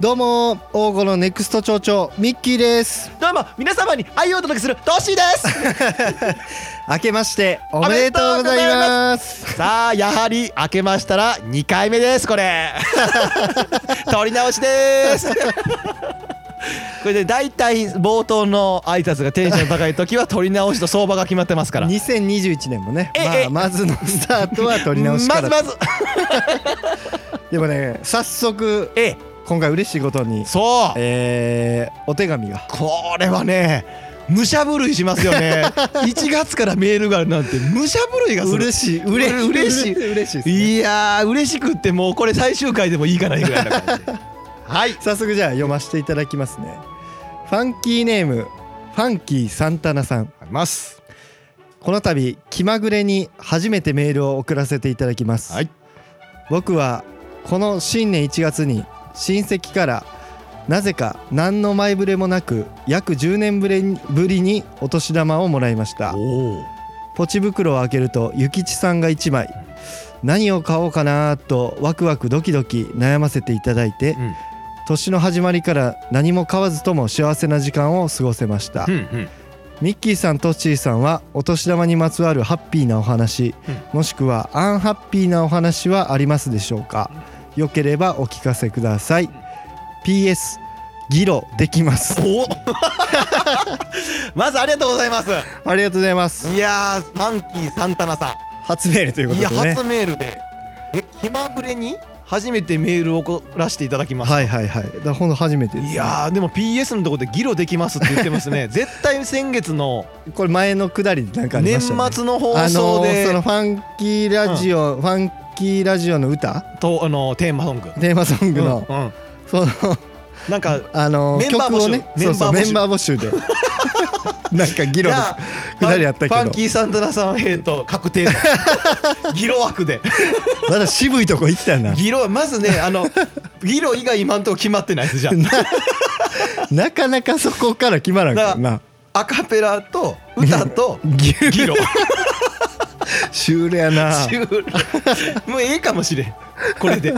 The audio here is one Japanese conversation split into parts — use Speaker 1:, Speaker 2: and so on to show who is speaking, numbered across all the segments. Speaker 1: どうも王吾のネクスト町長ミッキーです
Speaker 2: どうも皆様に愛をお届けするトッシーです
Speaker 1: 明けましておめでとうございます
Speaker 2: さあやはり開けましたら2回目です これ取り直しですこれで大体冒頭の挨拶がテンション高い時は取り直しと相場が決まってますから
Speaker 1: 2021年もね
Speaker 2: ええ
Speaker 1: まあ、まずのスタートは取り直し
Speaker 2: ま
Speaker 1: か
Speaker 2: ず
Speaker 1: ら
Speaker 2: まず
Speaker 1: でもね早速
Speaker 2: ええ
Speaker 1: 今回嬉しいことに、
Speaker 2: そう
Speaker 1: えーお手紙が
Speaker 2: これはね武者震いしますよ ね1月からメールがあるなんて武者震いがする
Speaker 1: 嬉しい
Speaker 2: 嬉嬉しい
Speaker 1: 嬉しいですね
Speaker 2: いやー嬉しくってもうこれ最終回でもいいかないぐらい な感じはい
Speaker 1: 早速じゃあ読ませていただきますねファンキーネームファンキーサンタナさん
Speaker 2: あります
Speaker 1: この度気まぐれに初めてメールを送らせていただきます、
Speaker 2: はい
Speaker 1: 僕はこの新年1月に親戚からなぜか何の前触れもなく約10年ぶれにぶりにお年玉をもらいました
Speaker 2: おお
Speaker 1: ポチ袋を開けると諭吉さんが1枚何を買おうかなとワクワクドキドキ悩ませていただいて、
Speaker 2: うん
Speaker 1: 年の始まりから何も買わずとも幸せな時間を過ごせました、
Speaker 2: うんうん
Speaker 1: ミッキーさんとッチーさんはお年玉にまつわるハッピーなお話、もしくはアンハッピーなお話はありますでしょうかよければお聞かせください PS 議論できます
Speaker 2: おまずありがとうございます
Speaker 1: ありがとうございます
Speaker 2: いやーファンキーサンタナさ
Speaker 1: 初メールというんこ
Speaker 2: い
Speaker 1: とで
Speaker 2: や
Speaker 1: ね
Speaker 2: 初メールでえ気まぐれに初めてメールを送らせていただきます、
Speaker 1: はいはいはいだからほんと初めてです
Speaker 2: い、やーでも PS のところで議論できますって言ってます ね絶対先月の
Speaker 1: これ前のくだりでなんかあり
Speaker 2: 年
Speaker 1: ましたね
Speaker 2: 末の放
Speaker 1: あ
Speaker 2: 送
Speaker 1: のー
Speaker 2: で
Speaker 1: そのファンキーラジオ、ファンキーラジオの歌
Speaker 2: とあのテーマソング
Speaker 1: テーマソングの、
Speaker 2: うんうん
Speaker 1: その
Speaker 2: なんか
Speaker 1: あのー
Speaker 2: メンバー募集
Speaker 1: 曲をねそうそうメ
Speaker 2: メ
Speaker 1: ン
Speaker 2: ン
Speaker 1: バー
Speaker 2: バ
Speaker 1: 募集で なんか議論
Speaker 2: じゃあ
Speaker 1: くだりあったけど
Speaker 2: ファンファンキーサンタナさんへと確定 議論枠で
Speaker 1: まだ渋いとこ行った な
Speaker 2: 議論まずねあの議論以外今んとこ決まってないです じゃあ
Speaker 1: なかなかそこから決まらんからな
Speaker 2: アカペラと歌と
Speaker 1: 議
Speaker 2: 議論
Speaker 1: シュールやな
Speaker 2: 終了もうええかもしれん これで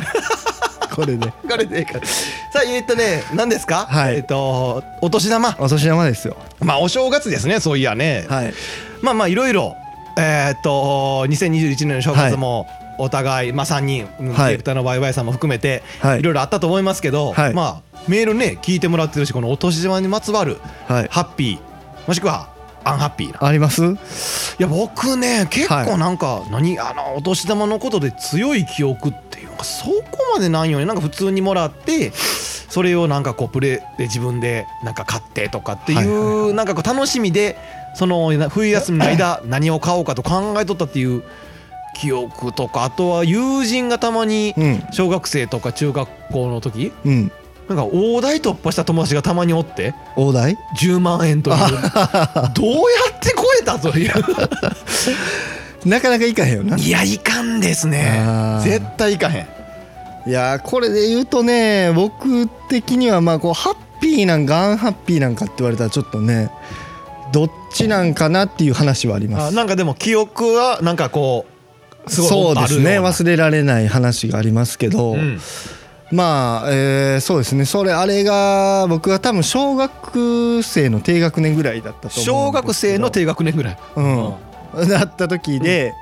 Speaker 1: これで
Speaker 2: これでええからさあえっとね何ですか、
Speaker 1: はい
Speaker 2: えっとお年玉
Speaker 1: お年玉ですよ
Speaker 2: まあお正月ですねそういやね、
Speaker 1: はい
Speaker 2: まあまあいろいろえっと2021年の正月も、お互い、まあ、3人デ
Speaker 1: は
Speaker 2: ィ
Speaker 1: い
Speaker 2: レクターのワイワイさんも含めて、
Speaker 1: はい
Speaker 2: い、ろいろあったと思いますけど、
Speaker 1: はい
Speaker 2: まあメールね聞いてもらってるしこのお年玉にまつわる
Speaker 1: はい
Speaker 2: ハッピーもしくはアンハッピーな
Speaker 1: あります
Speaker 2: いや僕ね結
Speaker 1: はい
Speaker 2: 構なんか、何あのお年玉のことで強い記憶っていうかそこまでないよねなんか普通にもらってそれをなんかこうプレイで自分でなんか買ってとかっていう、
Speaker 1: はいはい
Speaker 2: なんかこう楽しみでそのな冬休みの間何を買おうかと考えとったっていう記憶とかあとは友人がたまに
Speaker 1: うん
Speaker 2: 小学生とか中学校の時
Speaker 1: うん
Speaker 2: なんか大台突破した友達がたまにおって。
Speaker 1: 大台
Speaker 2: 10万 円というどうやって超えたという
Speaker 1: なかなかいかへんよない
Speaker 2: やいかんです
Speaker 1: あ
Speaker 2: ね
Speaker 1: ー
Speaker 2: 絶対いかへん
Speaker 1: いやーこれで言うとね僕的にはまあこうハッピーなんかアンハッピーなんかって言われたらちょっとねどっちなんかなっていう話はありま
Speaker 2: あ
Speaker 1: す
Speaker 2: なんかでも記憶はなんかこうすごい
Speaker 1: そうです
Speaker 2: ある
Speaker 1: ね
Speaker 2: ような
Speaker 1: 忘れられない話がありますけど、
Speaker 2: うん
Speaker 1: まあ、えーそうですねそれあれが僕は多分小学生の低学年ぐらいだったと思
Speaker 2: 小
Speaker 1: うんで
Speaker 2: 学
Speaker 1: すけ
Speaker 2: 生
Speaker 1: ど
Speaker 2: の低学年ぐらい
Speaker 1: うん、だった時で、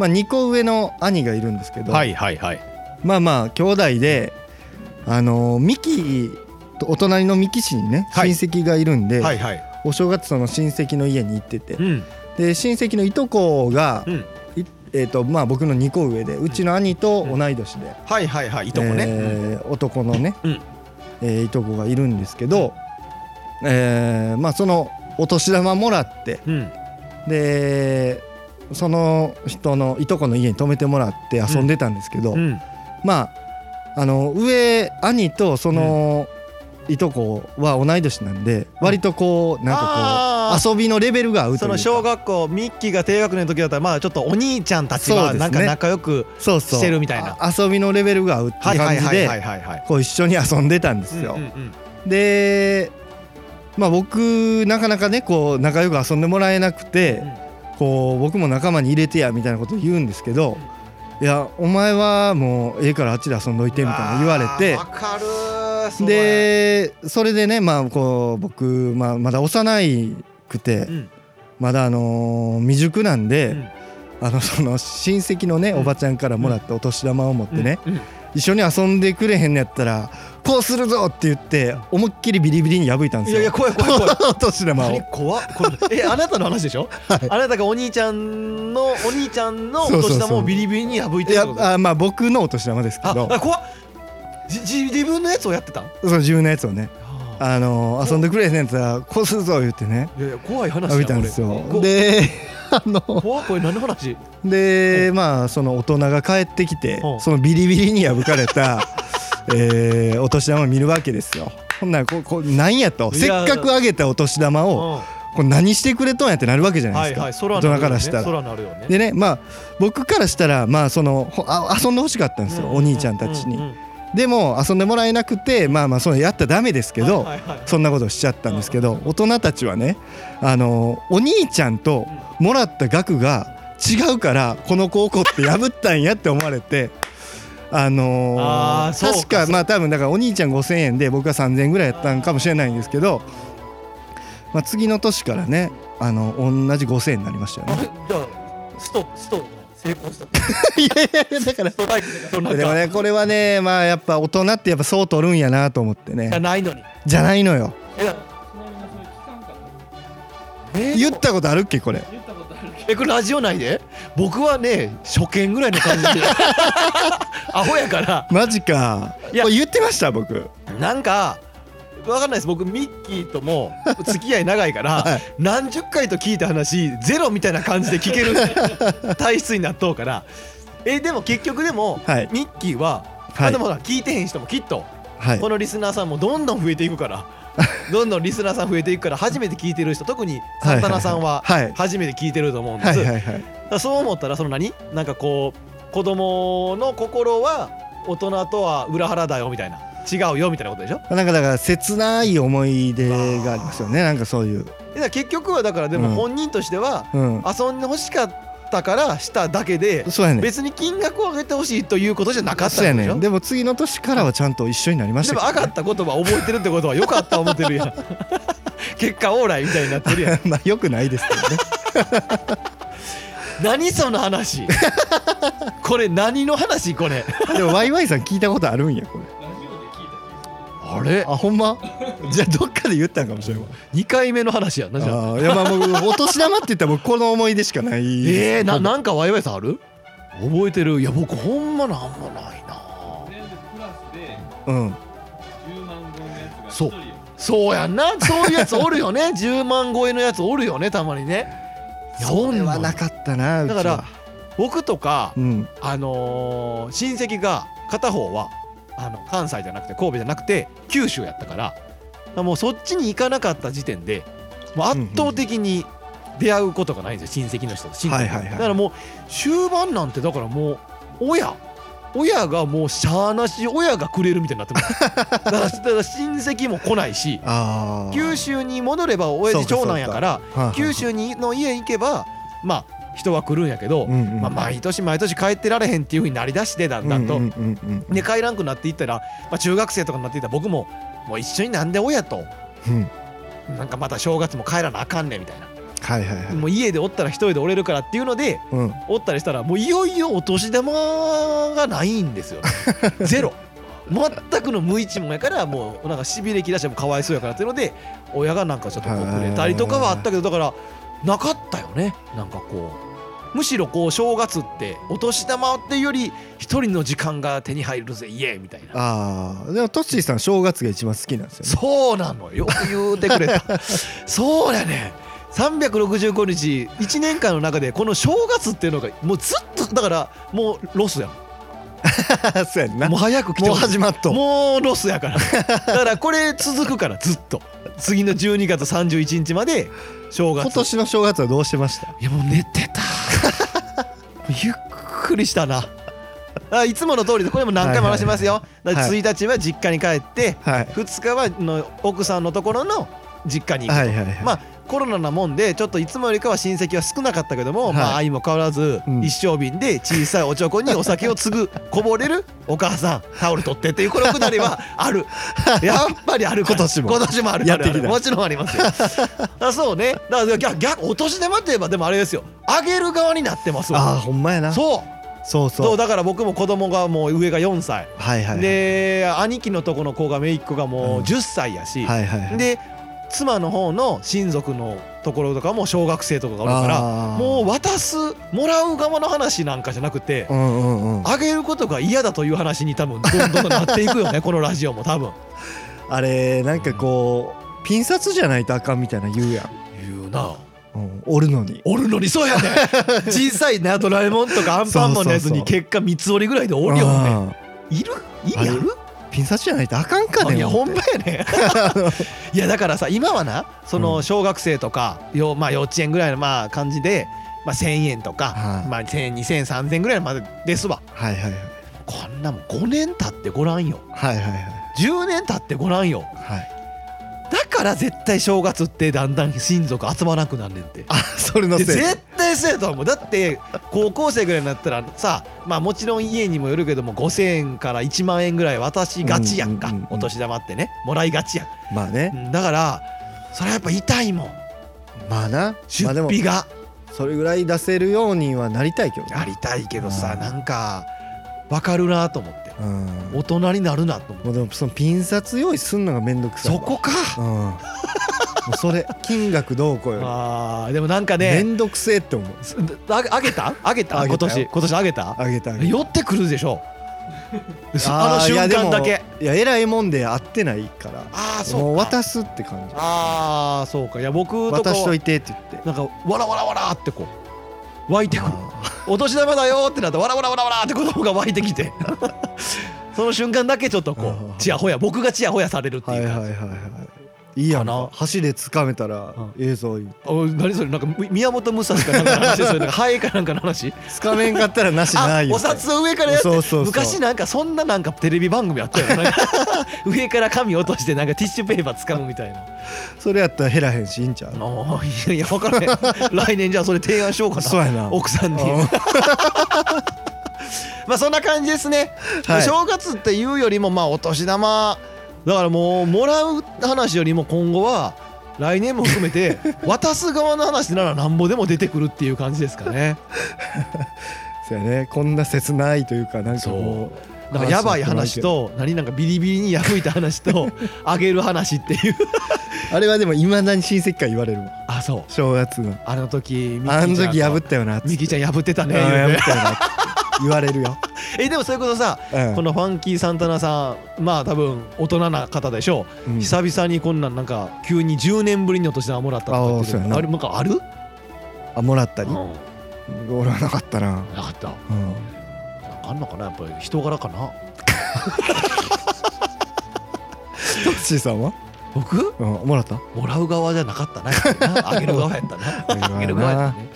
Speaker 1: まあ、2個上の兄がいるんですけど、
Speaker 2: はいはいはい
Speaker 1: まあまあ兄弟であのーミキとお隣の三木市にね親
Speaker 2: はい
Speaker 1: 戚がいるんで、
Speaker 2: はいはい
Speaker 1: お正月その親戚の家に行ってて
Speaker 2: うん
Speaker 1: で親戚のいとこが、
Speaker 2: うん
Speaker 1: いえーとまあ、僕の2個上でうちの兄と同い年で、
Speaker 2: はいはいはいいとこね、
Speaker 1: えー男のね、
Speaker 2: うん
Speaker 1: えーいとこがいるんですけど、えーまあ、そのお年玉もらって
Speaker 2: うん
Speaker 1: でその人のいとこの家に泊めてもらって遊んでたんですけど、
Speaker 2: うん
Speaker 1: まああの上兄とその、いとこは同い年なんで割とこうなん
Speaker 2: あ
Speaker 1: かこう遊びのレベルが合うと
Speaker 2: そ
Speaker 1: いう
Speaker 2: の
Speaker 1: か
Speaker 2: 小学校ミッキーが低学年の時だったらまあちょっとお兄ちゃんたち
Speaker 1: そう
Speaker 2: が
Speaker 1: です
Speaker 2: な
Speaker 1: ね
Speaker 2: んか仲良く
Speaker 1: そうそう
Speaker 2: してるみたいな
Speaker 1: あ遊びのレベルが合うって
Speaker 2: はいは
Speaker 1: 感
Speaker 2: い
Speaker 1: じ
Speaker 2: はいはい
Speaker 1: で
Speaker 2: はいはい
Speaker 1: こう一緒に遊んでたんですよ。でまあ僕なかなかねこう仲良く遊んでもらえなくて、こう僕も仲間に入れてやみたいなこと言うんですけど「いやお前はもうええからあっちで遊んどいて」みたいな言われて
Speaker 2: わかるーそれ
Speaker 1: でそれでねまあこう僕、まあ、まだ幼いくて、
Speaker 2: うん
Speaker 1: まだあのー未熟なんで、あのその親戚のね、
Speaker 2: うん
Speaker 1: おばちゃんからもらったお年玉を持って
Speaker 2: うん
Speaker 1: ね、
Speaker 2: うん
Speaker 1: 一緒に遊んでくれへんのやったらこうするぞって言って思いっきりビリビリに破いたんで
Speaker 2: い
Speaker 1: すよ
Speaker 2: やいや怖い怖い怖い
Speaker 1: お年玉
Speaker 2: 何
Speaker 1: を
Speaker 2: 怖っこれえあなたの話で しょ、あなたがお兄ちゃんのお兄ちゃんのお
Speaker 1: そうそうそう
Speaker 2: 年玉をビリビリに破い
Speaker 1: い
Speaker 2: てるっ
Speaker 1: や
Speaker 2: てことあ
Speaker 1: あまあ僕のお年玉ですけど
Speaker 2: あ怖っじじ自分のやつをやってたん
Speaker 1: その自分のやつをね
Speaker 2: あ
Speaker 1: あのー遊んでくれへんのやったらこうするぞ言ってね
Speaker 2: いやいや怖い話だ
Speaker 1: 破いたんです
Speaker 2: これ
Speaker 1: よ
Speaker 2: こ
Speaker 1: であの
Speaker 2: 怖っこれ何の話
Speaker 1: でまあその大人が帰ってきて
Speaker 2: うん
Speaker 1: そのビリビリに破かれた えーお年玉を見るわけですよほんならこうこう何やと
Speaker 2: い
Speaker 1: せっ
Speaker 2: や
Speaker 1: かくあげたお年玉を
Speaker 2: うん
Speaker 1: これ何してくれとんやってなるわけじゃない
Speaker 2: は
Speaker 1: で
Speaker 2: い
Speaker 1: すか、
Speaker 2: はい空
Speaker 1: 大人
Speaker 2: なるよね
Speaker 1: からしたら。
Speaker 2: 空なるよね
Speaker 1: でねまあ僕からしたらまあそのほあ遊んでほしかったんですよ、お兄ちゃんたちに、
Speaker 2: うんうんうん
Speaker 1: でも遊んでもらえなくてまあまあそのやったらダメですけど、
Speaker 2: はいはいはい
Speaker 1: そんなことしちゃったんですけど、大人たちはねあのお兄ちゃんともらった額が違うからこの高校って破ったんやって思われて。 あのー
Speaker 2: あーそうか
Speaker 1: 確かまあ多分だからお兄ちゃん5,000円で僕は3,000円ぐらいやったんかもしれないんですけど、まあ、次の年からねあの同じ5,000円になりましたよ ね。
Speaker 2: じゃあストスト成功した。
Speaker 1: いやいやいやだから
Speaker 2: ストライクその
Speaker 1: でも
Speaker 2: 中
Speaker 1: ねこれはねまあやっぱ大人ってやっぱそう取るんやなと思って
Speaker 2: じゃ
Speaker 1: ね
Speaker 2: ないのに。
Speaker 1: じゃないのよ
Speaker 2: えだえ
Speaker 1: 言ったことあるっけこれ
Speaker 2: えこれラジオ内で僕はね初見ぐらいの感 じでアホやから
Speaker 1: マジか
Speaker 2: いや
Speaker 1: これ言ってました僕
Speaker 2: なんかわかんないです僕ミッキーとも付き合い長いから、
Speaker 1: はい
Speaker 2: 何十回と聞いた話ゼロみたいな感じで聞ける 体質になっとうからえでも結局でも、
Speaker 1: はい
Speaker 2: ミッキーは、まあ
Speaker 1: はい
Speaker 2: でもほら聞いてへん人もきっと
Speaker 1: はい
Speaker 2: このリスナーさんもどんどん増えていくからどんどんリスナーさん増えていくから初めて聞いてる人特にサンタナさんは
Speaker 1: はい
Speaker 2: 初めて聞いてると思うんです、
Speaker 1: はいはいはい
Speaker 2: だからそう思ったらその何なんかこう子供の心は大人とは裏腹だよみたいな違うよみたいなことでしょ
Speaker 1: なんかだから切ない思い出がありますよねなんかそういう
Speaker 2: でだから結局はだからでも
Speaker 1: うん
Speaker 2: 本人としては
Speaker 1: うん
Speaker 2: 遊んでほしかったからしただけで
Speaker 1: そうやねん
Speaker 2: 別に金額を上げてほしいということじゃなかった
Speaker 1: そうや
Speaker 2: んで
Speaker 1: ね
Speaker 2: しょ
Speaker 1: んでも次の年からはちゃんと一緒になりまし
Speaker 2: で
Speaker 1: た
Speaker 2: も上がった言葉覚えてるってことはよかった思ってる やん結果オーライみたいになってるやん
Speaker 1: けどまあよくないですけどね
Speaker 2: 何その話これ何の話これ
Speaker 1: でもワイワイさん聞いたことあるんやこれ
Speaker 2: あれ
Speaker 1: あほんまじゃあどっかで言ったんかもしれんわ
Speaker 2: 2回目の話やな
Speaker 1: あ
Speaker 2: じゃあ
Speaker 1: ーいやまあ僕お年玉って言ったら僕この思い出しかない
Speaker 2: えー、ななんかワイワイさんある覚えてるいや僕ほんまなんもないな
Speaker 3: 全部プラスで
Speaker 1: うん
Speaker 3: 10万分のやつが
Speaker 2: そうそうやんなそういうやつおるよね 10万超えのやつおるよねたまにねいや
Speaker 1: それは
Speaker 2: おんの
Speaker 1: な
Speaker 2: よ
Speaker 1: かったなうち
Speaker 2: だ
Speaker 1: は
Speaker 2: から僕とか
Speaker 1: うん
Speaker 2: あのー親戚が片方はあの関西じゃなくて神戸じゃなくて九州やったからもうそっちに行かなかった時点でもう圧倒的に出会うことがないんですよ親戚の人と親
Speaker 1: は
Speaker 2: 戚
Speaker 1: いはいはい
Speaker 2: だからもう終盤なんてだからもう親親がもうしゃあなし親がくれるみたいになってます だからだから親戚も来ないし
Speaker 1: ああ
Speaker 2: 九州に戻れば親父長男やから九州にの家行けばまあ人は来るんやけど、
Speaker 1: うんうん
Speaker 2: まあ、毎年毎年帰ってられへんっていうふうになりだしてだんだんと、
Speaker 1: うんうんうん
Speaker 2: で帰らんくなっていったら、まあ、中学生とかになっていったら僕ももう一緒になんで親と
Speaker 1: うんうん
Speaker 2: なんかまた正月も帰らなあかんねんみたいな、
Speaker 1: はいはいはい
Speaker 2: もう家でおったら一人でおれるからっていうので
Speaker 1: うん
Speaker 2: おったりしたらもういよいよお年玉がないんですよ、ね、ゼロ全くの無一文やからもうなんかしびれきだしてもかわいそうやからっていうので親がなんかちょっとこうくれたりとかはあったけどだからなかったよねなんかこうむしろこう正月ってお年玉っていうより一人の時間が手に入るぜイエーイみたいな
Speaker 1: ああでもトッシーさん正月が一番好きなんですよね
Speaker 2: そうなのよく言うてくれたそうやねん365日1年間の中でこの正月っていうのがもうずっとだからもうロスやん
Speaker 1: そうやんな
Speaker 2: もう
Speaker 1: も
Speaker 2: 早く来
Speaker 1: う
Speaker 2: てほしい
Speaker 1: 始まっとん
Speaker 2: もうロスやからだからこれ続くからずっと次の12月31日まで正月
Speaker 1: 今年の正月はどうしてました
Speaker 2: いやもう寝てた ゆっくりしたなあいつもの通りでこれも何回も話しますよ、
Speaker 1: いはい
Speaker 2: だから1日は実家に帰って、
Speaker 1: はい
Speaker 2: 2日はあの奥さんのところの実家に行くと、
Speaker 1: はいはいはい
Speaker 2: まあコロナなもんでちょっといつもよりかは親戚は少なかったけども、
Speaker 1: はい
Speaker 2: まあ相も変わらず
Speaker 1: うん
Speaker 2: 一升瓶で小さいおちょこにお酒を継ぐこぼれるお母さんタオル取ってっていうこのくだり はあるやっぱりあるから
Speaker 1: 今年も
Speaker 2: 今年もある
Speaker 1: やってきた
Speaker 2: あるあるもちろんあ りますよあそうねだから逆逆お年玉といえばでもあれですよあげる側になってます
Speaker 1: ああ
Speaker 2: わ
Speaker 1: ほんまやな
Speaker 2: そう
Speaker 1: そう
Speaker 2: そう
Speaker 1: そう
Speaker 2: だから僕も子供がもう上が4歳、
Speaker 1: はいはいはい
Speaker 2: で兄貴のとこの子が姪っ子がもう10歳やし、
Speaker 1: はいはいはい
Speaker 2: で妻の方の親族のところとかも小学生とかがおるから
Speaker 1: あー
Speaker 2: もう渡すもらう側の話なんかじゃなくて
Speaker 1: うんうんうん
Speaker 2: あげることが嫌だという話に多分どんどんなってい くよねこのラジオも多分
Speaker 1: あれなんかこうピン札じゃないとあかんみたいな言うやん、
Speaker 2: 言うな
Speaker 1: うん、おるのに
Speaker 2: おるのにそうやね 小さいなドラえもんとかアンパンマンのやつ
Speaker 1: そうそうそ
Speaker 2: に
Speaker 1: う
Speaker 2: 結果三つ折りぐらいでおるよね
Speaker 1: うん
Speaker 2: いる意味あ
Speaker 1: あ
Speaker 2: る
Speaker 1: ピン札じゃないとあかんか
Speaker 2: あ
Speaker 1: ね
Speaker 2: いや
Speaker 1: 思
Speaker 2: ほ
Speaker 1: っ
Speaker 2: ん
Speaker 1: て
Speaker 2: まやね いやだからさ今はなその小学生とか、よまあ、幼稚園ぐらいのまあ感じで、まあ、1,000円とか、
Speaker 1: はい
Speaker 2: まあ、1,000円2,000円3,000円ぐらいまでですわ
Speaker 1: はいはいはい
Speaker 2: こんなもん5年経ってごらんよ
Speaker 1: はいはいはい
Speaker 2: 10年経ってごらんよ
Speaker 1: はい
Speaker 2: だから絶対正月ってだんだん親族集まらなくなんねんて。
Speaker 1: あそれの
Speaker 2: で
Speaker 1: せい
Speaker 2: 絶対そうやと思うだって高校生ぐらいになったらさまあもちろん家にもよるけども5,000円から1万円ぐらい渡しがちやんか、
Speaker 1: うんうんうんうん
Speaker 2: お年玉ってねもらいがちやん
Speaker 1: まあね
Speaker 2: うんだからそれはやっぱ痛いもん
Speaker 1: まあな
Speaker 2: 出
Speaker 1: まあでも
Speaker 2: 費が
Speaker 1: それぐらい出せるようにはなりたいけどね
Speaker 2: ありたいけどさ
Speaker 1: うん
Speaker 2: なんか分かるなと思って
Speaker 1: うん
Speaker 2: 大人になるなと思って
Speaker 1: もうでもそのピン札用意すんのがめんどくさい
Speaker 2: そ
Speaker 1: わ
Speaker 2: こか
Speaker 1: うんもうそれ金額どうこう より
Speaker 2: あーでもなんか
Speaker 1: め
Speaker 2: ね
Speaker 1: んどくせえって思う
Speaker 2: すああげたあげた
Speaker 1: あげ
Speaker 2: 今
Speaker 1: たよ
Speaker 2: 年今年あげた
Speaker 1: あげたあげた
Speaker 2: 寄ってくるでしょそあの
Speaker 1: ーい
Speaker 2: 瞬
Speaker 1: や
Speaker 2: 間だけ
Speaker 1: でもいや偉いもんで会ってないから
Speaker 2: ああ
Speaker 1: も
Speaker 2: そううか
Speaker 1: 渡すって感じ
Speaker 2: ああそうかいや僕と
Speaker 1: 渡し
Speaker 2: こと
Speaker 1: いてって 言って
Speaker 2: なんかわらわらわらってこう湧いてくる
Speaker 1: あ
Speaker 2: お年玉だよってなってわらわらわらわらって子供が湧いて きてその瞬間だけちょっとこ
Speaker 1: うん
Speaker 2: うちやほや僕がちやほやされるって
Speaker 1: ーはいいうはい
Speaker 2: か
Speaker 1: はいはいいいやん
Speaker 2: かな
Speaker 1: か箸で掴めたら
Speaker 2: う
Speaker 1: ええぞ言う
Speaker 2: おい何それなんかみ宮本武蔵かなんかの話 それなんかハエかなんかの話
Speaker 1: 掴めんかったらなしな
Speaker 2: あ
Speaker 1: いよ
Speaker 2: お札を上からやって
Speaker 1: そうそうそう
Speaker 2: 昔なんかそんななんかテレビ番組あったよねなんか 上から紙落としてなんかティッシュペーパー掴むみたいな
Speaker 1: それやったら減らへんしいいんちゃう
Speaker 2: あーいやいや分からへん 来年じゃあそれ提案しようか
Speaker 1: そう
Speaker 2: な
Speaker 1: やな
Speaker 2: 奥さん に
Speaker 1: うん
Speaker 2: まあそんな感じですね、
Speaker 1: はい
Speaker 2: 正月っていうよりもまあお年玉だからもうもらう話よりも今後は来年も含め て渡す側の話ならなんぼでも出てくるっていう感じです かね
Speaker 1: そうやねこんな切ないというかなんか
Speaker 2: そ
Speaker 1: も
Speaker 2: うなんかやばい話と何なんかビリビリに破いた 話とあげる話っていう
Speaker 1: うあれはでもいまだに親戚から言われるもん
Speaker 2: あそう
Speaker 1: 正月の
Speaker 2: あの時ミキちゃん
Speaker 1: あの時破っ
Speaker 2: と
Speaker 1: たよなっつって
Speaker 2: ミキちゃん破ってたね
Speaker 1: あ
Speaker 2: 言う
Speaker 1: ー破
Speaker 2: て
Speaker 1: ったよなって言われるよ
Speaker 2: えでもそういうことさ
Speaker 1: うん
Speaker 2: このファンキーサンタナさんまあ多分大人な方でしょう、
Speaker 1: うん
Speaker 2: 久々にこんなんなんか急に10年ぶりにお年玉もらったとか言って
Speaker 1: あーそうや
Speaker 2: る
Speaker 1: な
Speaker 2: あれなんかある、
Speaker 1: あもらったり
Speaker 2: うん、
Speaker 1: 俺はなかったな
Speaker 2: なかった
Speaker 1: うん
Speaker 2: なんかあんのかなやっぱり人柄かな
Speaker 1: トッシーさんは
Speaker 2: 僕
Speaker 1: うんもらった
Speaker 2: もらう側じゃなかったなやっぱ りなあげる側やったなあげる側やったね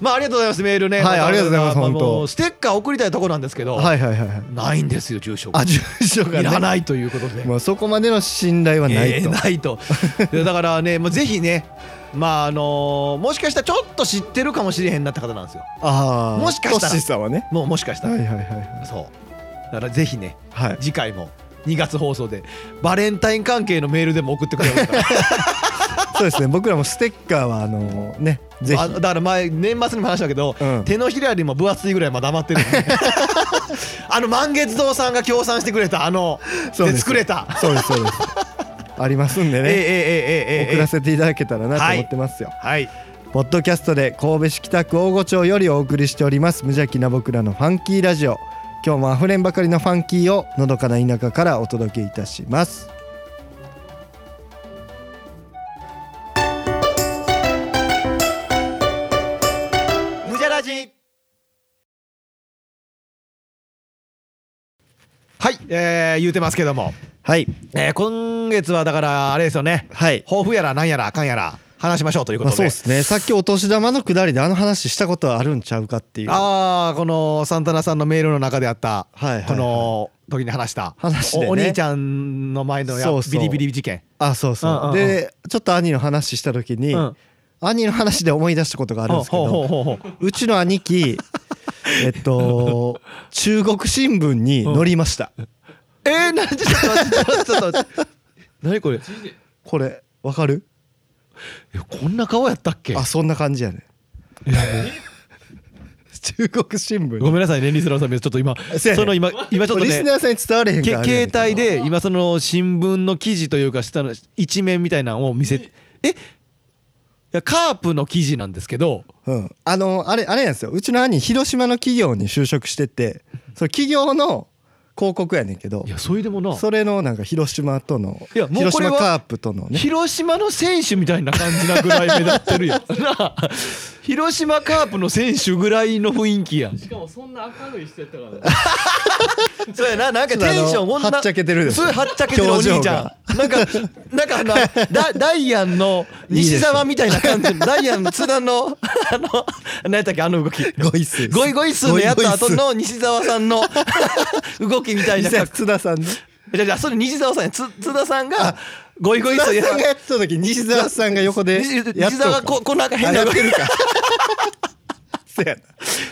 Speaker 2: まあありがとうございますメールね
Speaker 1: はい
Speaker 2: また
Speaker 1: ありがとうございます
Speaker 2: あの
Speaker 1: 本当
Speaker 2: もうステッカー送りたいとこなんですけど、
Speaker 1: はいはいはいはい
Speaker 2: ないんですよ住所が
Speaker 1: あ住所がね
Speaker 2: いらないということで
Speaker 1: まあそこまでの信頼はないと、
Speaker 2: えーな いといやだからね、まあ、ぜひねまああのーもしかしたらちょっと知ってるかもしれへんなった方なんですよ
Speaker 1: ああ
Speaker 2: もしかしたら
Speaker 1: トッシーさんはね
Speaker 2: もうもしかした
Speaker 1: は
Speaker 2: ら、
Speaker 1: いはいはいはい
Speaker 2: そうだからぜひね
Speaker 1: はい
Speaker 2: 次回も2月放送でバレンタイン関係のメールでも送ってくれますから
Speaker 1: そうですね僕らもステッカーはあのねぜひ
Speaker 2: あだから前年末にも話したけど、
Speaker 1: うん
Speaker 2: 手のひらよりも分厚いぐらいまだ余ってるんで あの満月堂さんが協賛してくれたあの
Speaker 1: そう
Speaker 2: で
Speaker 1: です
Speaker 2: 作れた
Speaker 1: そうですそうですありますんで
Speaker 2: えええ
Speaker 1: ね、
Speaker 2: えええええ
Speaker 1: 送らせていただけたらなと
Speaker 2: はい
Speaker 1: 思ってますよ、
Speaker 2: はい
Speaker 1: ポッドキャストで神戸市北区大御町よりお送りしております無邪気な僕らのファンキーラジオ今日もあふれんばかりのファンキーをのどかな田舎からお届けいたします
Speaker 2: はい、えー言うてますけども、
Speaker 1: はい
Speaker 2: えー今月はだからあれですよね
Speaker 1: はい
Speaker 2: 抱負やらなんやらあかんやら話しましょうというこ
Speaker 1: まあ
Speaker 2: とで、
Speaker 1: そうですねさっきお年玉のくだりであの話したことはあるんちゃうかっていう
Speaker 2: ああこのサンタナさんのメールの中であった、
Speaker 1: はいはいはい
Speaker 2: この時に話した
Speaker 1: 話でね
Speaker 2: おお兄ちゃんの前のや
Speaker 1: そうそう
Speaker 2: ビリビリ事件
Speaker 1: あそうそう、
Speaker 2: うんうんうん
Speaker 1: でちょっと兄の話した時に、
Speaker 2: うん
Speaker 1: 兄の話で思い出したことがあるんですけど、
Speaker 2: ほうほうほうほう
Speaker 1: うちの兄貴えっと中国新聞に載りました、
Speaker 2: えー、なんちょっと待ってちょっと待ってちょっと待 って何これ
Speaker 1: これわかる
Speaker 2: えこんな顔やったっけ
Speaker 1: あそんな感じやね 中国新聞
Speaker 2: ごめんなさいねリスナーさんちょっと今
Speaker 1: せやね
Speaker 2: その今今ちょっと
Speaker 1: リ
Speaker 2: ね
Speaker 1: スナーさんに伝われへんか
Speaker 2: け
Speaker 1: ら、
Speaker 2: 携帯
Speaker 1: で
Speaker 2: で今その新聞の記事というか下の一面みたいなのを見せてえいやカープの記事なんですけど
Speaker 1: うん、あのあれあれなんですようちの兄広島の企業に就職しててその企業の広告やねんけど
Speaker 2: いやそれでもな
Speaker 1: それのなんか広島との
Speaker 2: いやもう
Speaker 1: 広
Speaker 2: これは
Speaker 1: 島カープとのね
Speaker 2: 広島の選手みたいな感じなぐらい目立ってるやん なあ広島カープの選手ぐらいの雰囲気やん
Speaker 4: しかもそんな明るい人やっ たからね
Speaker 2: そうやななんかテンション
Speaker 1: ちょ
Speaker 2: こ
Speaker 1: っ
Speaker 2: ん
Speaker 1: とあの
Speaker 2: な
Speaker 1: はっちゃけてるでしょ
Speaker 2: そういうはっちゃけてるお兄ち
Speaker 1: 表情
Speaker 2: ゃ
Speaker 1: が
Speaker 2: んなんかなんかあのダダイアンの西澤みたいな感じのダイアンの津田のあの何やったっけあの動き
Speaker 1: ゴイス
Speaker 2: ゴイゴイスーのやった後の西澤さんの動きみたいな
Speaker 1: 西田
Speaker 2: 格好
Speaker 1: 津田さんね
Speaker 2: じゃあじゃあそれ西澤さんやつ津田さんがゴイゴイ
Speaker 1: 西
Speaker 2: ス
Speaker 1: 田
Speaker 2: ーや
Speaker 1: さ
Speaker 2: った
Speaker 1: んがやってた時西澤さんが横で
Speaker 2: 西
Speaker 1: やっ
Speaker 2: 西
Speaker 1: と
Speaker 2: 澤がここんな変な
Speaker 1: あや
Speaker 2: 動
Speaker 1: っ
Speaker 2: き
Speaker 1: てるか そやな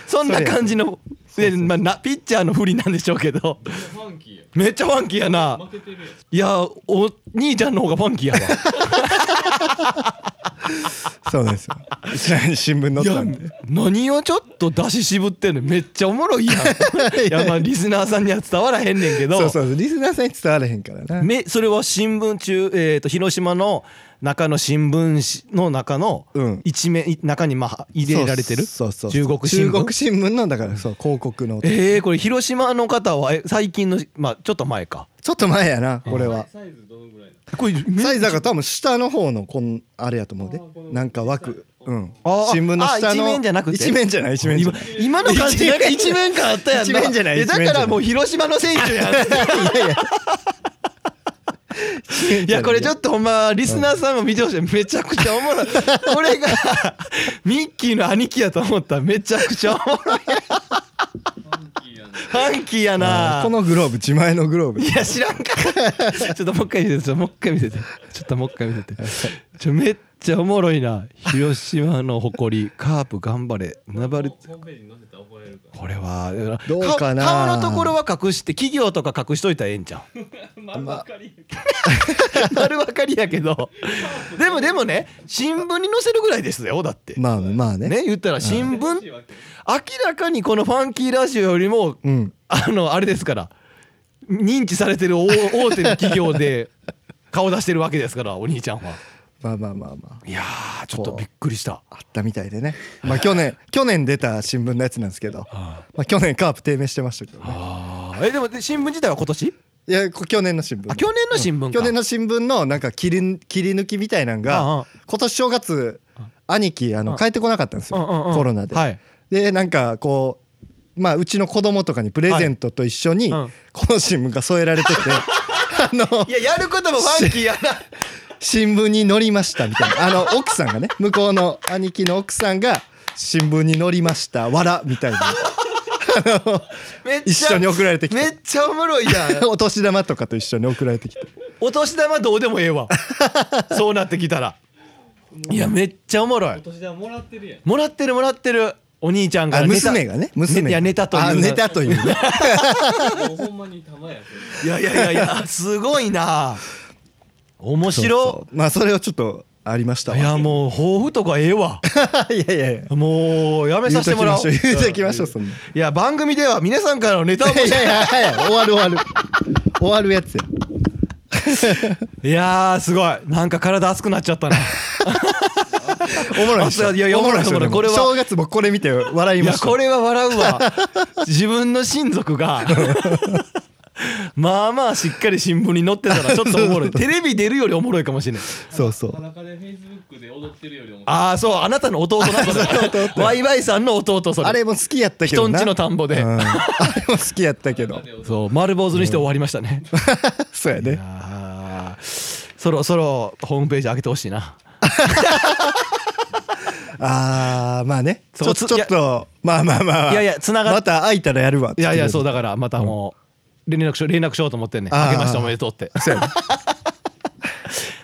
Speaker 2: そんな感じのでまあなピッチャーの不利なんでしょうけど
Speaker 4: ファンキーや
Speaker 2: めっちゃファンキーやな
Speaker 4: 負けてるやん
Speaker 2: いやお兄ちゃんの方がファンキーや わ。
Speaker 1: そうなんですようちの兄新聞載っ
Speaker 2: いや
Speaker 1: たんで
Speaker 2: 何をちょっと出し渋ってんのめっちゃおも ろいやんいやまあリスナーさんには伝わらへんねんけど
Speaker 1: そうそうそうリスナーさんに伝われへんからな
Speaker 2: めそれは新聞中、えー、と広島の中の新聞紙の中の
Speaker 1: うん
Speaker 2: 一面、い中にまあ入れられてる
Speaker 1: そうそうそう
Speaker 2: 中国新聞
Speaker 1: 中国新聞のだからそう広告の
Speaker 2: えー、これ広島の方はえ最近のまあちょっと前か
Speaker 1: ちょっと前やなこれは
Speaker 4: サイズどのぐらいな
Speaker 2: これめ
Speaker 1: サイズだから多分下の方のこんあれやと思うで
Speaker 4: あーこの
Speaker 1: なんか枠うん
Speaker 2: あー
Speaker 1: 新聞の下の
Speaker 2: あ一面じゃなくて
Speaker 1: 一面じゃない一面じゃ
Speaker 2: 今
Speaker 1: ない
Speaker 2: 今の感じなんか一面感あったやんな
Speaker 1: 一面じゃない
Speaker 2: や
Speaker 1: 一面じゃない
Speaker 2: だからもう広島の選手やん いやこれちょっとほんまリスナーさんも見てほしいめちゃくちゃお もろいこれがミッキーの兄貴やと思ったらめちゃくちゃおもろい
Speaker 4: ファンキーやね
Speaker 2: ファンキーや
Speaker 1: あ
Speaker 2: な
Speaker 1: ーこのグローブ自前のグローブ
Speaker 2: いや知らんか ちょっともう一回見せてちょっともう一回見せてちょっともう一回見せてちょめっちゃおもろいな広島の誇りカープ頑張れナバル
Speaker 4: ホームページに載せたら怒られるか
Speaker 2: これは
Speaker 1: どうかな
Speaker 2: 顔のところは隠して企業とか隠しといたらええんちゃ う
Speaker 4: ら丸ばっかりやけど
Speaker 2: 丸分かりやけ どでもでもね新聞に載せるぐらいですよだって
Speaker 1: まあまあね
Speaker 2: ね言ったら新聞明らかにこの「ファンキーラジオ」よりも
Speaker 1: うん
Speaker 2: あのあれですから認知されてる大 大手の企業で顔出してるわけですからお兄ちゃんは
Speaker 1: まあまあまあま
Speaker 2: いやーちょっとびっくりした
Speaker 1: ああったみたいでねまあ去年去年出た新聞のやつなんですけどまあ去年カープ低迷してましたけどね
Speaker 2: あーえでもで新聞自体は今年
Speaker 1: いやこ去年の新聞
Speaker 2: あ去年の新聞か、
Speaker 1: 去年の新聞のなんか切り切り抜きみたいなん
Speaker 2: うんうん
Speaker 1: が今年正月兄貴あ
Speaker 2: う
Speaker 1: の
Speaker 2: ん
Speaker 1: 帰ってこなかったんですよ
Speaker 2: うんうんうん
Speaker 1: コロナで
Speaker 2: はい
Speaker 1: でなんかこうまあうちの子供とかにプレゼントと一緒に
Speaker 2: はい
Speaker 1: こ
Speaker 2: うん
Speaker 1: の新聞が添えられててあの
Speaker 2: いややることもファンキーや な
Speaker 1: 新聞に載りましたみたいなあの奥さんがね向こうの兄貴の奥さんが新聞に載りましたわらみたいな
Speaker 2: めっちゃ
Speaker 1: 一緒に送られてき
Speaker 2: め
Speaker 1: て
Speaker 2: っちゃおもろいやん
Speaker 1: お年玉とかと一緒に送られてきて
Speaker 2: お年玉どうでもえ えわそうなってきたらいやめっちゃおもろい
Speaker 4: お年玉もらってるやん
Speaker 2: もらってるもらってるお兄ちゃんか
Speaker 1: あ
Speaker 2: らネタ
Speaker 1: 娘がね娘が
Speaker 2: いやネタという
Speaker 1: あネタというね
Speaker 4: もうほんまに玉やそ
Speaker 2: いやいやいやい やすごいな面 白
Speaker 1: そうまあそれをちょっとありましたわ
Speaker 2: いやもう抱負とかええわ
Speaker 1: いやいやいや
Speaker 2: もうや
Speaker 1: 言
Speaker 2: めさ
Speaker 1: う
Speaker 2: せ
Speaker 1: と
Speaker 2: て
Speaker 1: き
Speaker 2: もら
Speaker 1: ま
Speaker 2: おう
Speaker 1: しょう言うときましょうそんな
Speaker 2: いや番組では皆さんからのネタを
Speaker 1: いやいや早い終わる終わる終わるやつや
Speaker 2: いやーすごいなんか体熱くなっちゃっ たな
Speaker 1: おもろいでしょ
Speaker 2: あそういやいや
Speaker 1: おもろいでしょ
Speaker 2: おもろいお
Speaker 1: でも
Speaker 2: もろいこれは
Speaker 1: 正月もこれ見て笑い
Speaker 2: い
Speaker 1: ま
Speaker 2: や
Speaker 1: した
Speaker 2: これは笑うわ自分の親族が まあまあしっかり新聞に載ってたら ちょっとおもろいテレビ出るよりおもろいかもしれない
Speaker 1: そうそう
Speaker 4: 裸でフェイスブックで踊ってるよりも
Speaker 2: ああそうあなたの弟 なそれワイワイさんの弟それ
Speaker 1: あれも好きやったけど
Speaker 2: 人ん
Speaker 1: な
Speaker 2: ちの田んぼで、
Speaker 1: うん、あれも好きやった けど
Speaker 2: そう丸坊主にして終わりましたね、
Speaker 1: そうやね
Speaker 2: あーそろそろホームページ開けてほしいな
Speaker 1: あーまあねち
Speaker 2: そ
Speaker 1: ょ
Speaker 2: う
Speaker 1: ちょっとまあまあまあ
Speaker 2: いやいや繋がっ
Speaker 1: また開いたらやるわ
Speaker 2: いやいやそう
Speaker 1: だ
Speaker 2: だからまたもう連絡しよう連絡しようと思ってんね
Speaker 1: あー
Speaker 2: 開けましたおめでとうって
Speaker 1: そうやね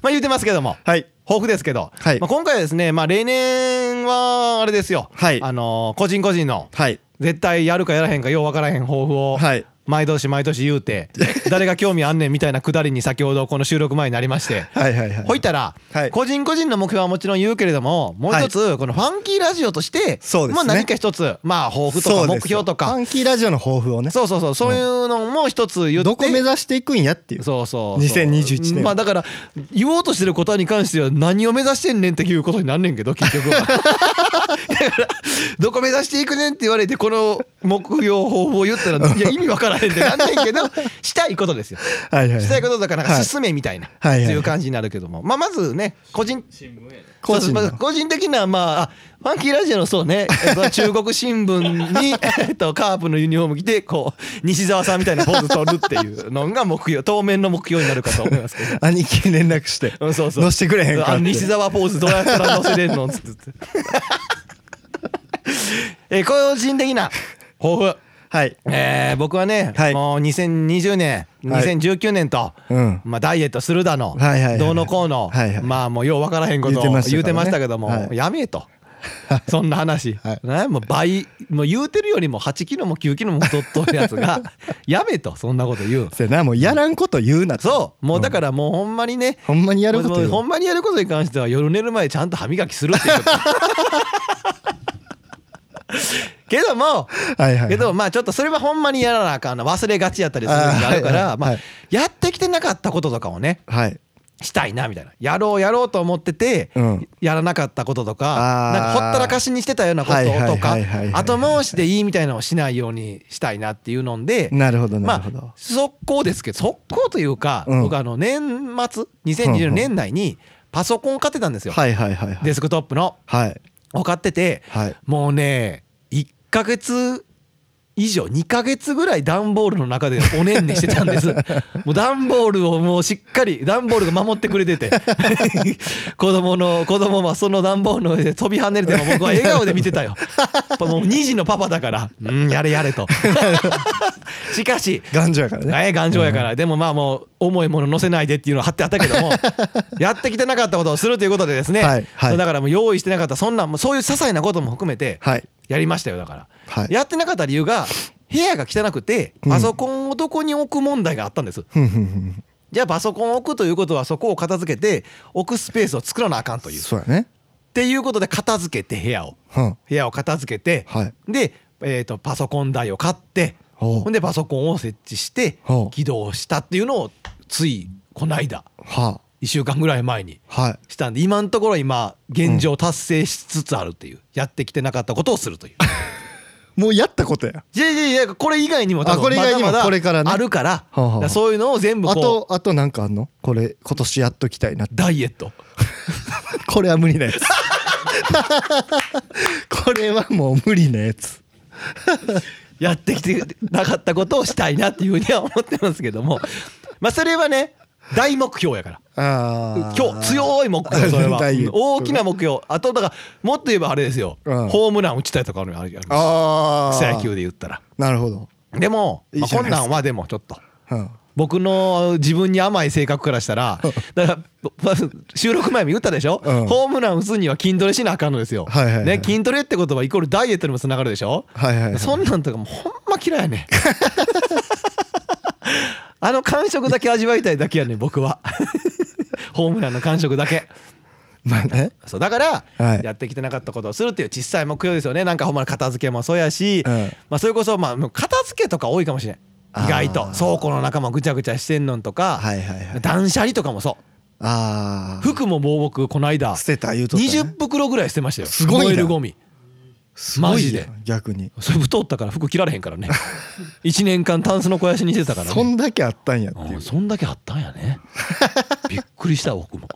Speaker 2: まあ言ってますけども
Speaker 1: はい
Speaker 2: 豊富ですけど、
Speaker 1: はい
Speaker 2: まあ、今回はですね、まあ、例年はあれですよ、
Speaker 1: はい
Speaker 2: あのー個人個人の
Speaker 1: はい
Speaker 2: 絶対やるかやらへんかようわからへん抱負を
Speaker 1: はい
Speaker 2: 毎年毎年言う て誰が興味あんねんみたいなくだりに先ほどこの収録前になりま して
Speaker 1: はいはいはい
Speaker 2: ほいたら
Speaker 1: はい
Speaker 2: 個人個人の目標はもちろん言うけれどももう一つこのファンキーラジオとして
Speaker 1: そうです
Speaker 2: まあ
Speaker 1: ね
Speaker 2: 何か一つまあ抱負とか目標と
Speaker 1: フ
Speaker 2: か
Speaker 1: ァンキーラジオの抱負をね
Speaker 2: そうそうそうそういうのも一つ言って
Speaker 1: どこ目指していくんやっていう
Speaker 2: そうそうそう
Speaker 1: 2021年
Speaker 2: まあだから言おうとしてることに関しては何を目指してんねんっていうことになんねんけど結 局はだからどこ目指していくねんって言われてこの目標方法を言った らいや意味わからへんってなんねんけどしたいことですよ
Speaker 1: はいはいはい
Speaker 2: したいことだからなん
Speaker 1: は
Speaker 2: か
Speaker 1: い
Speaker 2: 進めみたいな
Speaker 1: はいはいはい
Speaker 2: そういう感じになるけどもまあまずね個人
Speaker 4: 新聞や ね
Speaker 1: 個人の
Speaker 2: そうそうまあ個人的なまああファンキーラジオのそうねえっと中国新聞 にえっとカープのユニフォーム着てこう西澤さんみたいなポーズ取るっていうのが目標当面の目標になるかと思いますけど
Speaker 1: 兄貴に連絡して
Speaker 2: うんそうそう
Speaker 1: 乗してくれへんかって
Speaker 2: あの西澤ポーズどうやったら乗せれんのつって えー個人的な抱負
Speaker 1: はい
Speaker 2: えー僕はね、
Speaker 1: はい
Speaker 2: もう2020年
Speaker 1: はい
Speaker 2: 2019年と、
Speaker 1: うん
Speaker 2: まあ、ダイエットするだの、
Speaker 1: はいはいはい
Speaker 2: どうのこうの、
Speaker 1: はいはい
Speaker 2: まあもうようわからへんことを
Speaker 1: 言うてましたからね
Speaker 2: 言うてましたけども、
Speaker 1: はい
Speaker 2: やめえと。そんな話、
Speaker 1: はい
Speaker 2: ね、もう倍もう言うてるよりも8キロも9キロも太っとるや つがやめえとそんなこと言う
Speaker 1: そうやなもうやらんこと言うなと
Speaker 2: そうもうだからもうほんまにね、
Speaker 1: ほんまにやること
Speaker 2: もう
Speaker 1: 言
Speaker 2: ほ
Speaker 1: うん
Speaker 2: まにやることに関しては夜寝る前ちゃんと歯磨きするって いうことけども
Speaker 1: はいはい
Speaker 2: けどまあちょっとそれはほんまにやらなあかんな忘れがちやったりするのがあるか
Speaker 1: あーはいは
Speaker 2: ら
Speaker 1: い
Speaker 2: ま
Speaker 1: は
Speaker 2: あ
Speaker 1: い
Speaker 2: やってきてなかったこととかをね
Speaker 1: はい
Speaker 2: したいなみたいなやろうやろうと思ってて
Speaker 1: うん
Speaker 2: やらなかったことと
Speaker 1: あ
Speaker 2: か
Speaker 1: ー
Speaker 2: なんかほったらかしにしてたようなこと
Speaker 1: はいはい
Speaker 2: とか
Speaker 1: はいはいはい
Speaker 2: 後回しでいいみたいなのをしないようにしたいなっていうので
Speaker 1: なるほどなる
Speaker 2: ま
Speaker 1: ほど、
Speaker 2: あ速攻ですけど速攻というか
Speaker 1: うん
Speaker 2: 僕あの年末2020年内にパソコンを買ってたんですよ
Speaker 1: はいはいはいはい
Speaker 2: デスクトップの
Speaker 1: はい
Speaker 2: を買ってて
Speaker 1: はい
Speaker 2: もうね1ヶ月以上2ヶ月ぐらい段ボールの中でおねんねしてたんです もう段ボールをもうしっかり段ボールが守ってくれてて 子供の子供はその段ボールの上で飛び跳ねるても僕は笑顔で見てた よやっぱもう2児のパパだからうんやれやれとしかし
Speaker 1: 頑丈やからね
Speaker 2: ね、頑丈やから、でもまあもう重いもの乗せないでっていうのは貼ってあったけ どもやってきてなかったことをするということでですね、
Speaker 1: はいはい
Speaker 2: そうだからもう用意してなかったそんなもうそういう些細なことも含めて
Speaker 1: はい
Speaker 2: やりましたよだから、
Speaker 1: はい
Speaker 2: やってなかった理由が部屋が汚くて
Speaker 1: ん
Speaker 2: パソコンをどこに置く問題があったんです、
Speaker 1: ふんふんふん
Speaker 2: じゃあパソコンを置くということはそこを片付けて置くスペースを作らなあかんというっ
Speaker 1: そうやね
Speaker 2: ていうことで片付けて部屋を
Speaker 1: うん
Speaker 2: 部屋を片付けて、
Speaker 1: はい
Speaker 2: で、えー、とパソコン台を買って
Speaker 1: おう
Speaker 2: ほんでパソコンを設置して
Speaker 1: おう
Speaker 2: 起動したっていうのをついこの間
Speaker 1: は
Speaker 2: 1週間ぐらい前に
Speaker 1: あはい
Speaker 2: したんで今のところ今現状達成しつつあるっていう、やってきてなかったことをするという。
Speaker 1: もうやったことや
Speaker 2: いやいやいやこれ以外にも多
Speaker 1: あこれ
Speaker 2: 分
Speaker 1: 以
Speaker 2: ま
Speaker 1: 外
Speaker 2: だ
Speaker 1: にも
Speaker 2: まだ
Speaker 1: これからね
Speaker 2: あるから
Speaker 1: あはあ
Speaker 2: だからそういうのを全部
Speaker 1: あ
Speaker 2: こと
Speaker 1: あとなんかあんのこれ今年やっときたい なっ
Speaker 2: う
Speaker 1: て
Speaker 2: ダイエット
Speaker 1: これは無理なやつ これはもう無理なやつ
Speaker 2: やってきてなかったことをしたいなっていうふうには思ってますけどもまあそれはね大目標やから。
Speaker 1: ああ
Speaker 2: 今日強い目標それ は
Speaker 1: 大事
Speaker 2: 大きな目標あとだからもっと言えばあれですよ、
Speaker 1: うん
Speaker 2: ホームラン打ちたいとかあるある
Speaker 1: ああ
Speaker 2: 草野球で言ったら
Speaker 1: なるほど、
Speaker 2: でも
Speaker 1: いい
Speaker 2: まあ
Speaker 1: じゃ
Speaker 2: こ
Speaker 1: ない
Speaker 2: ん
Speaker 1: ですか
Speaker 2: なんはでもちょっと
Speaker 1: うん、
Speaker 2: 僕の自分に甘い性格からし たらだからまず収録前も言ったでしょ、
Speaker 1: うん
Speaker 2: ホームラン打つには筋トレしなあかんのですよ、
Speaker 1: はいはいはい
Speaker 2: ね、筋トレって言葉イコールダイエットにもつながるでしょ、
Speaker 1: はいはいはい
Speaker 2: そんなんとかもうほんま嫌い やねあの感触だけ味わいたいだけやねん僕は ホームランの感触だけ。
Speaker 1: まあね
Speaker 2: そうだから、
Speaker 1: はい
Speaker 2: やってきてなかったことをするっていう小さい目標ですよねなんかほんまに片付けもそうやし、
Speaker 1: うん
Speaker 2: まあ、それこそまあもう片付けとか多いかもしれない意外と
Speaker 1: あー
Speaker 2: 倉庫の中もぐちゃぐちゃしてんのんとか、
Speaker 1: はいはいはい
Speaker 2: 断捨離とかもそ
Speaker 1: あ
Speaker 2: う
Speaker 1: あ
Speaker 2: 服ももう僕この間
Speaker 1: 捨てた言うとったね
Speaker 2: 20袋ぐらい捨てましたよ
Speaker 1: すごいな
Speaker 2: 燃えるゴミ
Speaker 1: すご
Speaker 2: マ
Speaker 1: い
Speaker 2: ジ
Speaker 1: や
Speaker 2: で
Speaker 1: ん逆に
Speaker 2: それ太ったから服着られへんか らね一年間タンスの肥やしにしてたからね
Speaker 1: そんだけあったんやって
Speaker 2: う
Speaker 1: いうん
Speaker 2: そんだけあったんや ねびっくりした僕も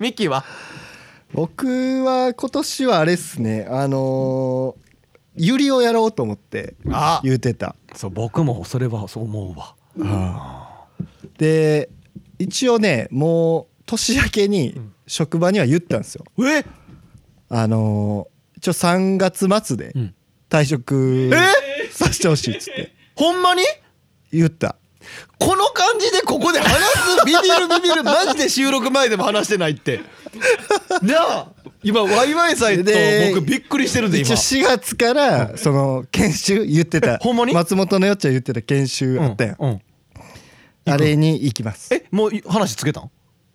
Speaker 2: ミッキーは
Speaker 1: 僕は今年はあれっすねあのーユリをやろうと思って
Speaker 2: あ
Speaker 1: 言うてた
Speaker 2: そう僕もそれはそう思うわ
Speaker 1: で一応ねもう年明けに
Speaker 2: ん
Speaker 1: 職場には言ったんですよ
Speaker 2: え
Speaker 1: あのー一応3月末で
Speaker 2: うん
Speaker 1: 退職
Speaker 2: え
Speaker 1: させてほしいっつって
Speaker 2: ほんまに
Speaker 1: 言った
Speaker 2: この感じでここで話すビビるビビるマジで収録前でも話してないってなあ今ワイワイさんと
Speaker 1: で
Speaker 2: 僕びっくりしてるで
Speaker 1: 一
Speaker 2: 今
Speaker 1: 応4月からその研修言ってた
Speaker 2: ほんまに
Speaker 1: 松本のよっちゃん言ってた研修あったやん
Speaker 2: うんうん
Speaker 1: あれに行きます
Speaker 2: えもう話つけたん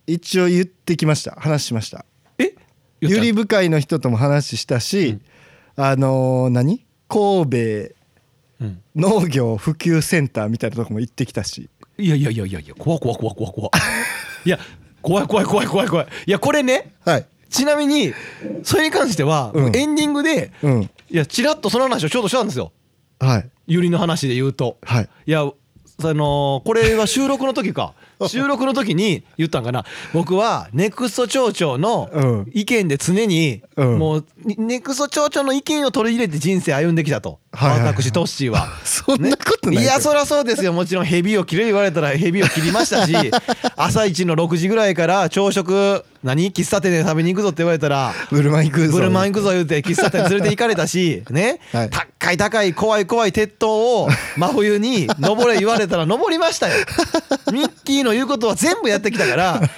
Speaker 1: 一応言ってきました話しました
Speaker 2: え
Speaker 1: ゆり部会の人とも話したし、あのー何神戸
Speaker 2: うん
Speaker 1: 農業普及センターみたいなとこも行ってきたし
Speaker 2: いやいやいやいやいや怖い怖い怖い怖 い怖いいや怖い怖い怖い怖い怖いいやこれね
Speaker 1: はい
Speaker 2: ちなみにそれに関しては、
Speaker 1: うん
Speaker 2: エンディングで、
Speaker 1: うん
Speaker 2: いやちらっとその話をちょうどしたんですよ
Speaker 1: はい
Speaker 2: ゆりの話で言うと
Speaker 1: はい
Speaker 2: いやそのこれは収録の時 か収録の時に言ったんかな僕はネクスト町長
Speaker 1: う
Speaker 2: の
Speaker 1: ん
Speaker 2: 意見で常に、
Speaker 1: うん
Speaker 2: もうにネクスト町長の意見を取り入れて人生歩んできたと、
Speaker 1: はいはいはい
Speaker 2: 私トッシーは。
Speaker 1: そんなことない
Speaker 2: い
Speaker 1: けど
Speaker 2: やそりゃそうですよもちろんヘビを切れ言われたらヘビを切りましたし 朝一の6時ぐらいから朝食何喫茶店で食べに行くぞって言われたら
Speaker 1: ブルマン行くぞ
Speaker 2: ブルマン行くぞ言うて喫茶店連れて行かれ たしね、
Speaker 1: はい
Speaker 2: 高い高い怖い怖い鉄塔を真冬に登れ言われたら登りましたよ ミッキーの言うことは全部やってきたから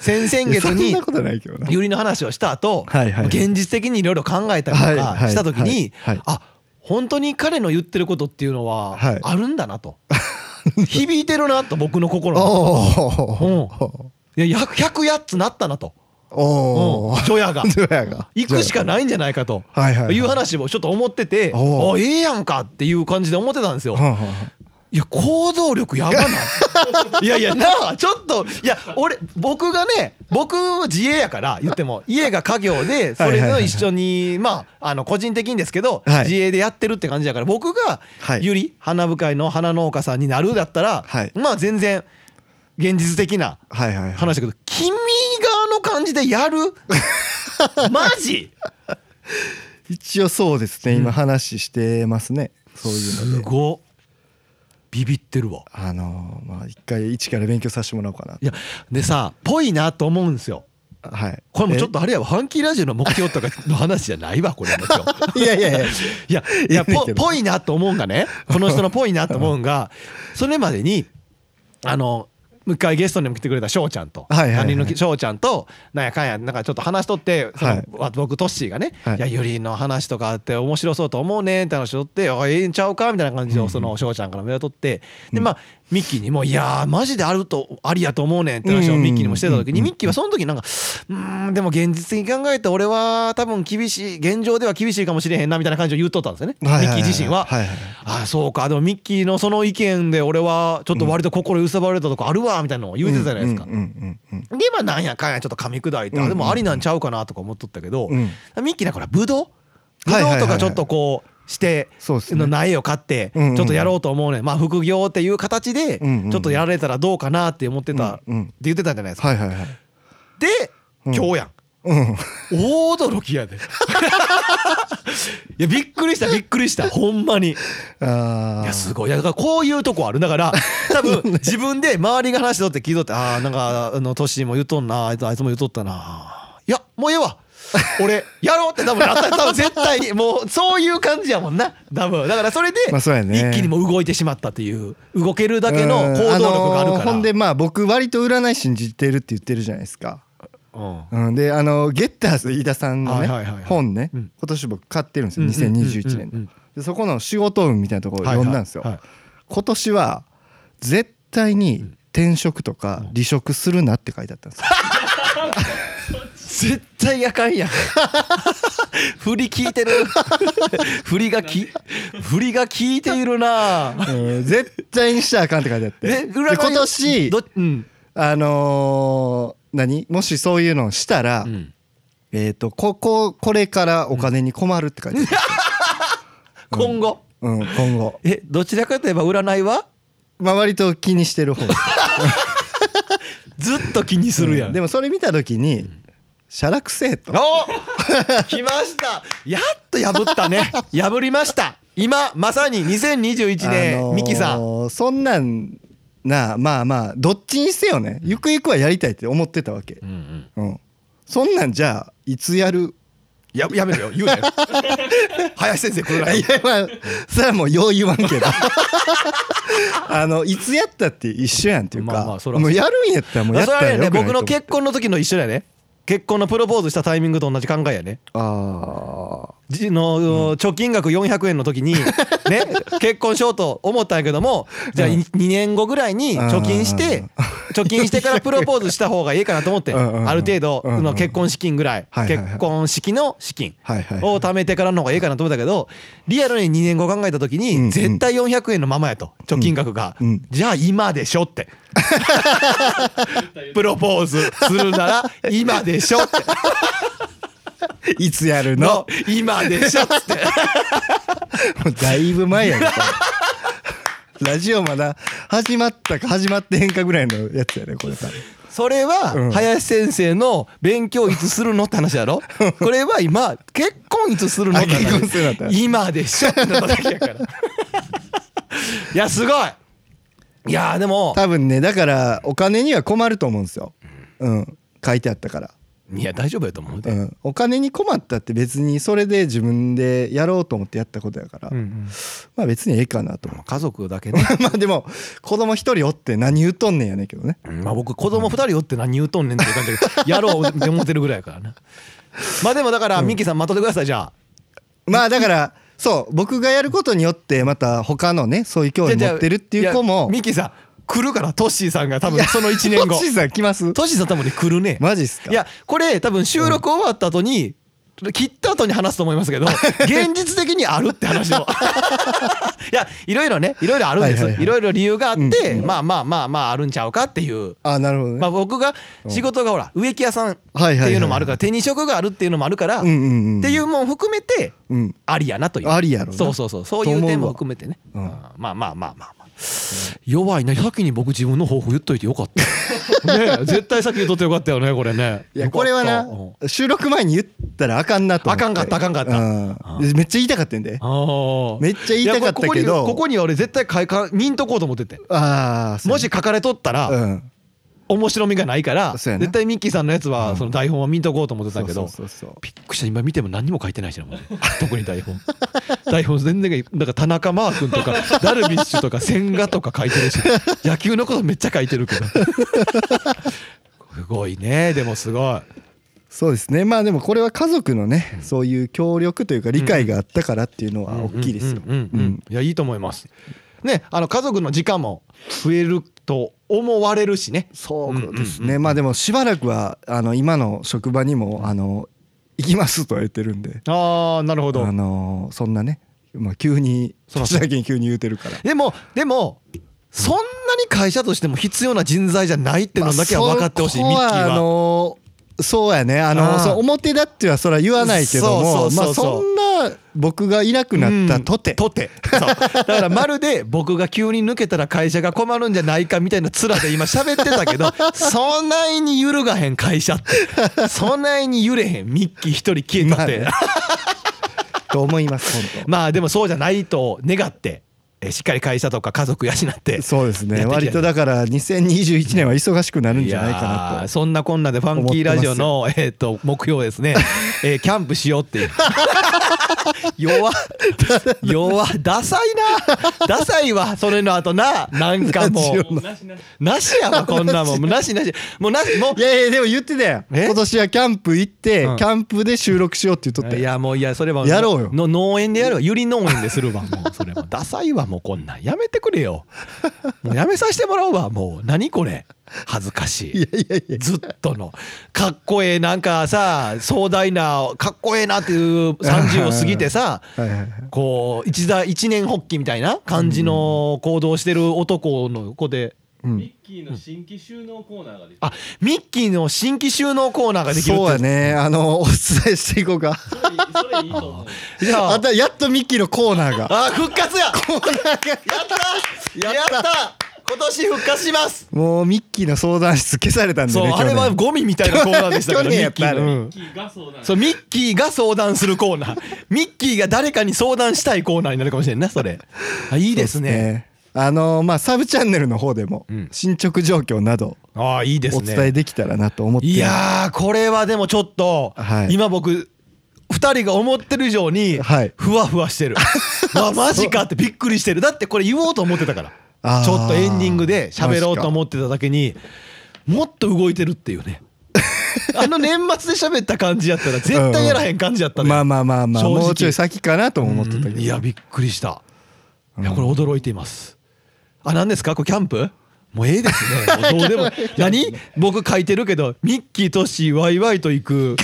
Speaker 2: 先々月
Speaker 1: いやそん
Speaker 2: に
Speaker 1: なことないけどな
Speaker 2: ユリの話をした後、
Speaker 1: はいはい
Speaker 2: 現実的にいろいろ考えたり
Speaker 1: はい
Speaker 2: と
Speaker 1: は
Speaker 2: か
Speaker 1: いはい
Speaker 2: した時に、
Speaker 1: はい
Speaker 2: あ本当に彼の言ってることっていうのは
Speaker 1: はい
Speaker 2: あるんだ なと、響いてるなと僕の心に
Speaker 1: お
Speaker 2: うん
Speaker 1: お
Speaker 2: いや108つなったなと、
Speaker 1: お
Speaker 2: う
Speaker 1: お
Speaker 2: ん、除夜が
Speaker 1: どうやが
Speaker 2: 行くしか
Speaker 1: な
Speaker 2: ないんじゃないかと。
Speaker 1: はいはいはい
Speaker 2: いう話もちょっと思ってて、
Speaker 1: おう
Speaker 2: あええやんかっていう感じで思ってたんですよ。
Speaker 1: はんはんはん
Speaker 2: いや行動力やば ない。いやいやなあちょっといや俺僕がね僕は自営やから言っても家が家業でそれ
Speaker 1: はいはいは
Speaker 2: の
Speaker 1: い
Speaker 2: 一緒にまああの個人的にですけど、
Speaker 1: はい
Speaker 2: 自営でやってるって感じだから僕が
Speaker 1: はい
Speaker 2: ゆり花部会の花農家さんになるだったら、
Speaker 1: はい
Speaker 2: まあ全然現実的な
Speaker 1: はいはいはい
Speaker 2: 話だけど君側の感じでやるマジ
Speaker 1: 一応そうですね今話してますねそういうの
Speaker 2: す
Speaker 1: で
Speaker 2: ごっビビってるわ
Speaker 1: あのーまあ一回一から勉強させてもらおうかない
Speaker 2: やでさぽいなと思うんですよ
Speaker 1: はい
Speaker 2: これもちょっとあれやわファンキーラジオの目標とかの話じゃないわこれもちろん
Speaker 1: え いやいやいや
Speaker 2: いやいや
Speaker 1: いいねん
Speaker 2: ぽ
Speaker 1: けど
Speaker 2: ぽいなと思うんがねこの人のぽいなと思うんがそれまでにあのもう一回ゲストにも来てくれた翔ちゃんと
Speaker 1: はいはいはい
Speaker 2: 管理の翔ちゃんとなんやかんやなんかちょっと話しとってその
Speaker 1: はい
Speaker 2: わ僕トッシーがね
Speaker 1: はい
Speaker 2: 「いやゆりの話とかって面白そうと思うね」って話しとって「あええんちゃうか?」みたいな感じでその翔ちゃんから目を取ってでまあミッキーにも「いやーマジであるとありやと思うねん」って話をミッキーにもしてた時にミッキーはその時なんか「うーんでも現実的に考えて俺は多分厳しい現状では厳しいかもしれへんな」みたいな感じを言っとったんですよねミ
Speaker 1: はいはいは
Speaker 2: ッ
Speaker 1: い
Speaker 2: キー自身は。
Speaker 1: はいはい
Speaker 2: ああそうかでもミッキーのその意見で俺はちょっと割と心揺さばられたとこあるわみたいなのを言うてたじゃないですか。
Speaker 1: うんうんうん
Speaker 2: でまあなんやかんやちょっと噛み砕いて、あでもありなんちゃうかなとか思っとったけど、
Speaker 1: うん
Speaker 2: ミッキーだからブドウブ
Speaker 1: はい
Speaker 2: ド
Speaker 1: はいはい
Speaker 2: ウとかちょっとこうして
Speaker 1: そうですね
Speaker 2: の苗を買ってち
Speaker 1: うんうん
Speaker 2: ょっとやろうと思うね、まあ副業っていう形で
Speaker 1: うんうん
Speaker 2: ちょっとやられたらどうかなって思ってたって
Speaker 1: うんうん
Speaker 2: 言ってたじゃないですか。
Speaker 1: はいはいはい
Speaker 2: で
Speaker 1: ん
Speaker 2: 今日やん。
Speaker 1: うん
Speaker 2: 大驚 きやでいやびっくりしたびっくりしたほんまに
Speaker 1: あ
Speaker 2: いや
Speaker 1: あ
Speaker 2: すごいいやだからこういうとこあるだから 多分自分で周りが話しとって聞いとってああなんかあのトシも言うとんなあいつあいつも言うとったないやもうええわ俺やろうって多分 なった多分絶対にもうそういう感じやもんな多分だからそれで
Speaker 1: まあそうやね
Speaker 2: 一気にもう動いてしまったという動けるだけの行動力があ
Speaker 1: う
Speaker 2: る
Speaker 1: んの
Speaker 2: か
Speaker 1: ー
Speaker 2: ら、
Speaker 1: ほんでまあ僕割と占い信じてるって言ってるじゃないですか
Speaker 2: うん
Speaker 1: うんであのゲッターズ飯田さんの
Speaker 2: はいはいはいはい
Speaker 1: ね本ね
Speaker 2: う
Speaker 1: 今
Speaker 2: ん
Speaker 1: 年僕買ってるんです
Speaker 2: う
Speaker 1: よ
Speaker 2: んうんうんうん
Speaker 1: 2021年のでそこの仕事運みたいなところを読んだんですよ
Speaker 2: はいはいは
Speaker 1: 今年は絶対に転職とか離職するなって書いてあったんです よ
Speaker 2: 絶対あかんやん 振り聞い てる振りがき振りが聞いているな
Speaker 1: うん絶対にしたらあかんって書いてあって
Speaker 2: え
Speaker 1: で
Speaker 2: 占い
Speaker 1: 今年
Speaker 2: どうん
Speaker 1: あのー何もしそういうのをしたら、
Speaker 2: うん
Speaker 1: えっ、とこここれからお金に困るって書いてある、
Speaker 2: 今後
Speaker 1: うん、今後
Speaker 2: えどちらかといえば占いは
Speaker 1: まあ割と気にしてる 方
Speaker 2: ずっと気にするやん、
Speaker 1: でもそれ見た時にしゃらくせえと
Speaker 2: お 来ましたやっと破ったね破りました今まさに2021年、
Speaker 1: あのー
Speaker 2: ミキさん
Speaker 1: そんなんなあまあまあどっちにせよねゆくゆくはやりたいって思ってたわけ、うん、そんなんじゃあいつやる
Speaker 2: ややめるよ言う なよ林先生これ
Speaker 1: いやまあそれはもうよう言わん けどあのいつやったって一緒やんっていうか、
Speaker 2: まあまあそら
Speaker 1: もうやるんやったらもうやっ
Speaker 2: それ
Speaker 1: た
Speaker 2: は
Speaker 1: ら
Speaker 2: ね
Speaker 1: よくないと思う
Speaker 2: 僕の結婚の時の一緒だよね結婚のプロポーズしたタイミングと同じ考えやね
Speaker 1: ああ
Speaker 2: じの貯金額400円の 時にね結婚しようと思ったんやけどもじゃあ
Speaker 1: うん
Speaker 2: 2年後ぐらいに貯金して貯金してからプロポーズした方がいいかなと思って
Speaker 1: うんうんうん
Speaker 2: ある程度
Speaker 1: うんうん
Speaker 2: の結婚資金ぐらい
Speaker 1: はいはいはい
Speaker 2: 結婚式の資金
Speaker 1: はいはい
Speaker 2: を貯めてからの方がいいかなと思ったけどリアルに2年後考えた時
Speaker 1: うんうん
Speaker 2: に絶対400円のままやと貯金額が
Speaker 1: うん
Speaker 2: じゃあ今でしょって プロポーズするなら今でしょって
Speaker 1: いつやる の
Speaker 2: の今でしょって
Speaker 1: もうだいぶ前やんかラジオまだ始まったか始まってへんかぐらいのやつやねこれさ
Speaker 2: それ
Speaker 1: うん
Speaker 2: は林先生の勉強いつするのって話や ろこれは今結婚いつするのって
Speaker 1: あ結婚するのって話
Speaker 2: 話今でしょってなっただけやから いやすごいいやーでも
Speaker 1: 多分ねだからお金には困ると思うんですようん書いてあったから、
Speaker 2: いや大丈夫やと思うで、
Speaker 1: うん、お金に困ったって別にそれで自分でやろうと思ってやったことやから、まあ別にええかなと思う
Speaker 2: 家族だけ ね、
Speaker 1: まあでも子供一人おって何言うとんねんやねんけどね
Speaker 2: まあ僕子供二人おって何言うとんねんっていう感じだけどやろうって思ってるぐらいやからな まあでもだからミッキーさんまとってくださいじゃあ
Speaker 1: まあだからそう僕がやることによってまた他のねそういう興味
Speaker 2: じゃあ
Speaker 1: 持ってるっていう子
Speaker 2: や
Speaker 1: も
Speaker 2: ミッキーさん来るからトッシーさんが多分その1年 後
Speaker 1: トシさん来ます
Speaker 2: トシさん多分ね来るね
Speaker 1: マジっすか
Speaker 2: いやこれ多分収録終わった後に、切った後に話すと思います けど現実的にあるって話も いやいろいろねいろいろあるんです、
Speaker 1: はいは
Speaker 2: い
Speaker 1: いはい
Speaker 2: ろいろ理由があって、
Speaker 1: うん
Speaker 2: まあまあまあまああるんちゃうかっていう、
Speaker 1: あなるほどね、
Speaker 2: まあ、僕が仕事がほら植木屋さんって
Speaker 1: はいはいはい
Speaker 2: いうのもあるから手に職があるっていうのもあるから、
Speaker 1: うんうんうん
Speaker 2: っていうもん含めて
Speaker 1: うん
Speaker 2: ありやなという
Speaker 1: ありやろな
Speaker 2: そうそうそうそうい
Speaker 1: と思
Speaker 2: う
Speaker 1: うわ
Speaker 2: 点も含めてね、
Speaker 1: うん
Speaker 2: あーまあまあまあまあまあ弱いな先に僕自分の抱負言っといてよかったねえ絶対先言っとってよかったよねこれね
Speaker 1: いやこれは
Speaker 2: よかっ
Speaker 1: な収録前に言ったらあかんなと思って
Speaker 2: あかんかったあかんかった
Speaker 1: うんめっちゃ言いたかったんで
Speaker 2: たうんあー
Speaker 1: めっちゃ言いたかったけど
Speaker 2: いやここにここに俺絶対書いか見んとこうと思ってて
Speaker 1: ああ
Speaker 2: もし書かれとったら、
Speaker 1: うん
Speaker 2: 面白みがないから
Speaker 1: そうやな
Speaker 2: 絶対ミッキーさんのやつはその台本は見んとこうと思ってたけど
Speaker 1: そうそうそう
Speaker 2: びっくりした今見ても何も書いてないしなもう 特に台本台本全然なんか田中マー君とか ダルビッシュとか千賀とか書いてるし 野球のことめっちゃ書いてるけど すごいねでもすごい
Speaker 1: そうですねまあでもこれは家族のねそういう協力というか理解があったからっていうのは大きいですよ
Speaker 2: うんうんうんうんいやいいと思いますねあの家族の時間も増えると思われるしね
Speaker 1: そうです
Speaker 2: うんうんう
Speaker 1: ねまあでもしばらくはあの今の職場にもあの行きますとは言ってるんで
Speaker 2: ああなるほど
Speaker 1: あのそんなねまあ急に
Speaker 2: そら
Speaker 1: 年だけに急に言うてるから
Speaker 2: でもでもそんなに会社としても必要な人材じゃないってのだけは分かってほしい、
Speaker 1: まあ
Speaker 2: ミッ
Speaker 1: そ
Speaker 2: キー
Speaker 1: こ
Speaker 2: は
Speaker 1: あのそうやねあの
Speaker 2: あー
Speaker 1: そう表だってはそれは言わないけど
Speaker 2: そ
Speaker 1: も
Speaker 2: うそ
Speaker 1: ま
Speaker 2: うそう
Speaker 1: あ
Speaker 2: そ
Speaker 1: そう
Speaker 2: うん
Speaker 1: な僕がいなくなったとて
Speaker 2: とてそうだからまるで僕が急に抜けたら会社が困るんじゃないかみたいな面で今喋ってた けどそんなに揺るがへん会社ってそんなに揺れへんミッキー一人消えたって、
Speaker 1: ま
Speaker 2: まあ
Speaker 1: あと思います本
Speaker 2: でもそうじゃないと願ってえしっかり会社とか家族養って
Speaker 1: 当 そうです
Speaker 2: やって
Speaker 1: ね
Speaker 2: いきたい
Speaker 1: 割とだから2021年は忙しくなるん
Speaker 2: い
Speaker 1: じゃ
Speaker 2: や
Speaker 1: ないかな
Speaker 2: ー
Speaker 1: と
Speaker 2: そんなこんなでファンキーラジオの、えー、と目標はです ね、えーキャンプしようっていう弱っ弱っダサいなダサいわそれの後ななんかもう
Speaker 4: もうなしなし
Speaker 2: なしやわこんなもんもうなしなしもうなしも
Speaker 1: いやいやでも言ってたよ
Speaker 2: え
Speaker 1: 今年はキャンプ行って、
Speaker 2: うん
Speaker 1: キャンプで収録しようって言っとった
Speaker 2: うい
Speaker 1: よ
Speaker 2: やもういやそれは
Speaker 1: やろうよ
Speaker 2: の農園でやるわゆり農園でするわもう それもダサいわもうこんなんやめてくれよもうやめさせてもらうわもう何これ恥ずかしい
Speaker 1: いやいやいや
Speaker 2: ずっとのかっこええなんかさ壮大なかっこええなっていう30を過ぎてさ
Speaker 1: はいはいはい
Speaker 2: こう一座一年発起みたいな感じの行動してる男の子で
Speaker 1: うん
Speaker 4: ミッキーの新規収納コーナーができて
Speaker 2: あミッキーの新規収納コーナーができるって
Speaker 1: そうやねあのお伝えしていこうか
Speaker 4: それそれいいと思う
Speaker 2: じ ゃ
Speaker 1: あ
Speaker 2: あ
Speaker 1: たやっとミッキーのコーナーが
Speaker 2: あ復活やコーナーやったやった今年復活します
Speaker 1: もうミッキーの相談室消されたんで
Speaker 2: そう
Speaker 1: ね
Speaker 2: あれはゴミみたいなコーナーでした
Speaker 1: 去
Speaker 2: けどミ
Speaker 1: 年や
Speaker 2: ッ
Speaker 1: っ
Speaker 2: キー
Speaker 1: た
Speaker 2: のうん
Speaker 4: ミッキーがそうなん
Speaker 2: そうミッキーが相談するコーナー ミッキーが誰かに相談したいコーナーになるかもしれんなそれあいい
Speaker 1: い
Speaker 2: ですね
Speaker 1: あのまあサブチャンネルの方でも
Speaker 2: うん
Speaker 1: 進捗状況など
Speaker 2: ああいいです
Speaker 1: お
Speaker 2: ね
Speaker 1: 伝えできたらなと思って
Speaker 2: いやーこれはでもちょっと、
Speaker 1: はい
Speaker 2: 今僕2人が思ってる以上に
Speaker 1: はい
Speaker 2: ふわふ わしてる、あマジかってびっくりしてるだってこれ言おうと思ってたか
Speaker 1: あ
Speaker 2: ら
Speaker 1: ー
Speaker 2: ちょっとエンディングで喋ろうと思ってただけにもっと動いてるっていう ねあの年末で喋った感じやったら絶対やらへん感じやったね、
Speaker 1: まあまあまあまあ
Speaker 2: 正直
Speaker 1: もうちょい先かなとも思ってたけ
Speaker 2: う
Speaker 1: ど
Speaker 2: んいやびっくりした、いやこれ驚いていますあ何ですかこれキャンプもうええですね もうどうでも何僕書いてるけどミッキーとしワイワイと行く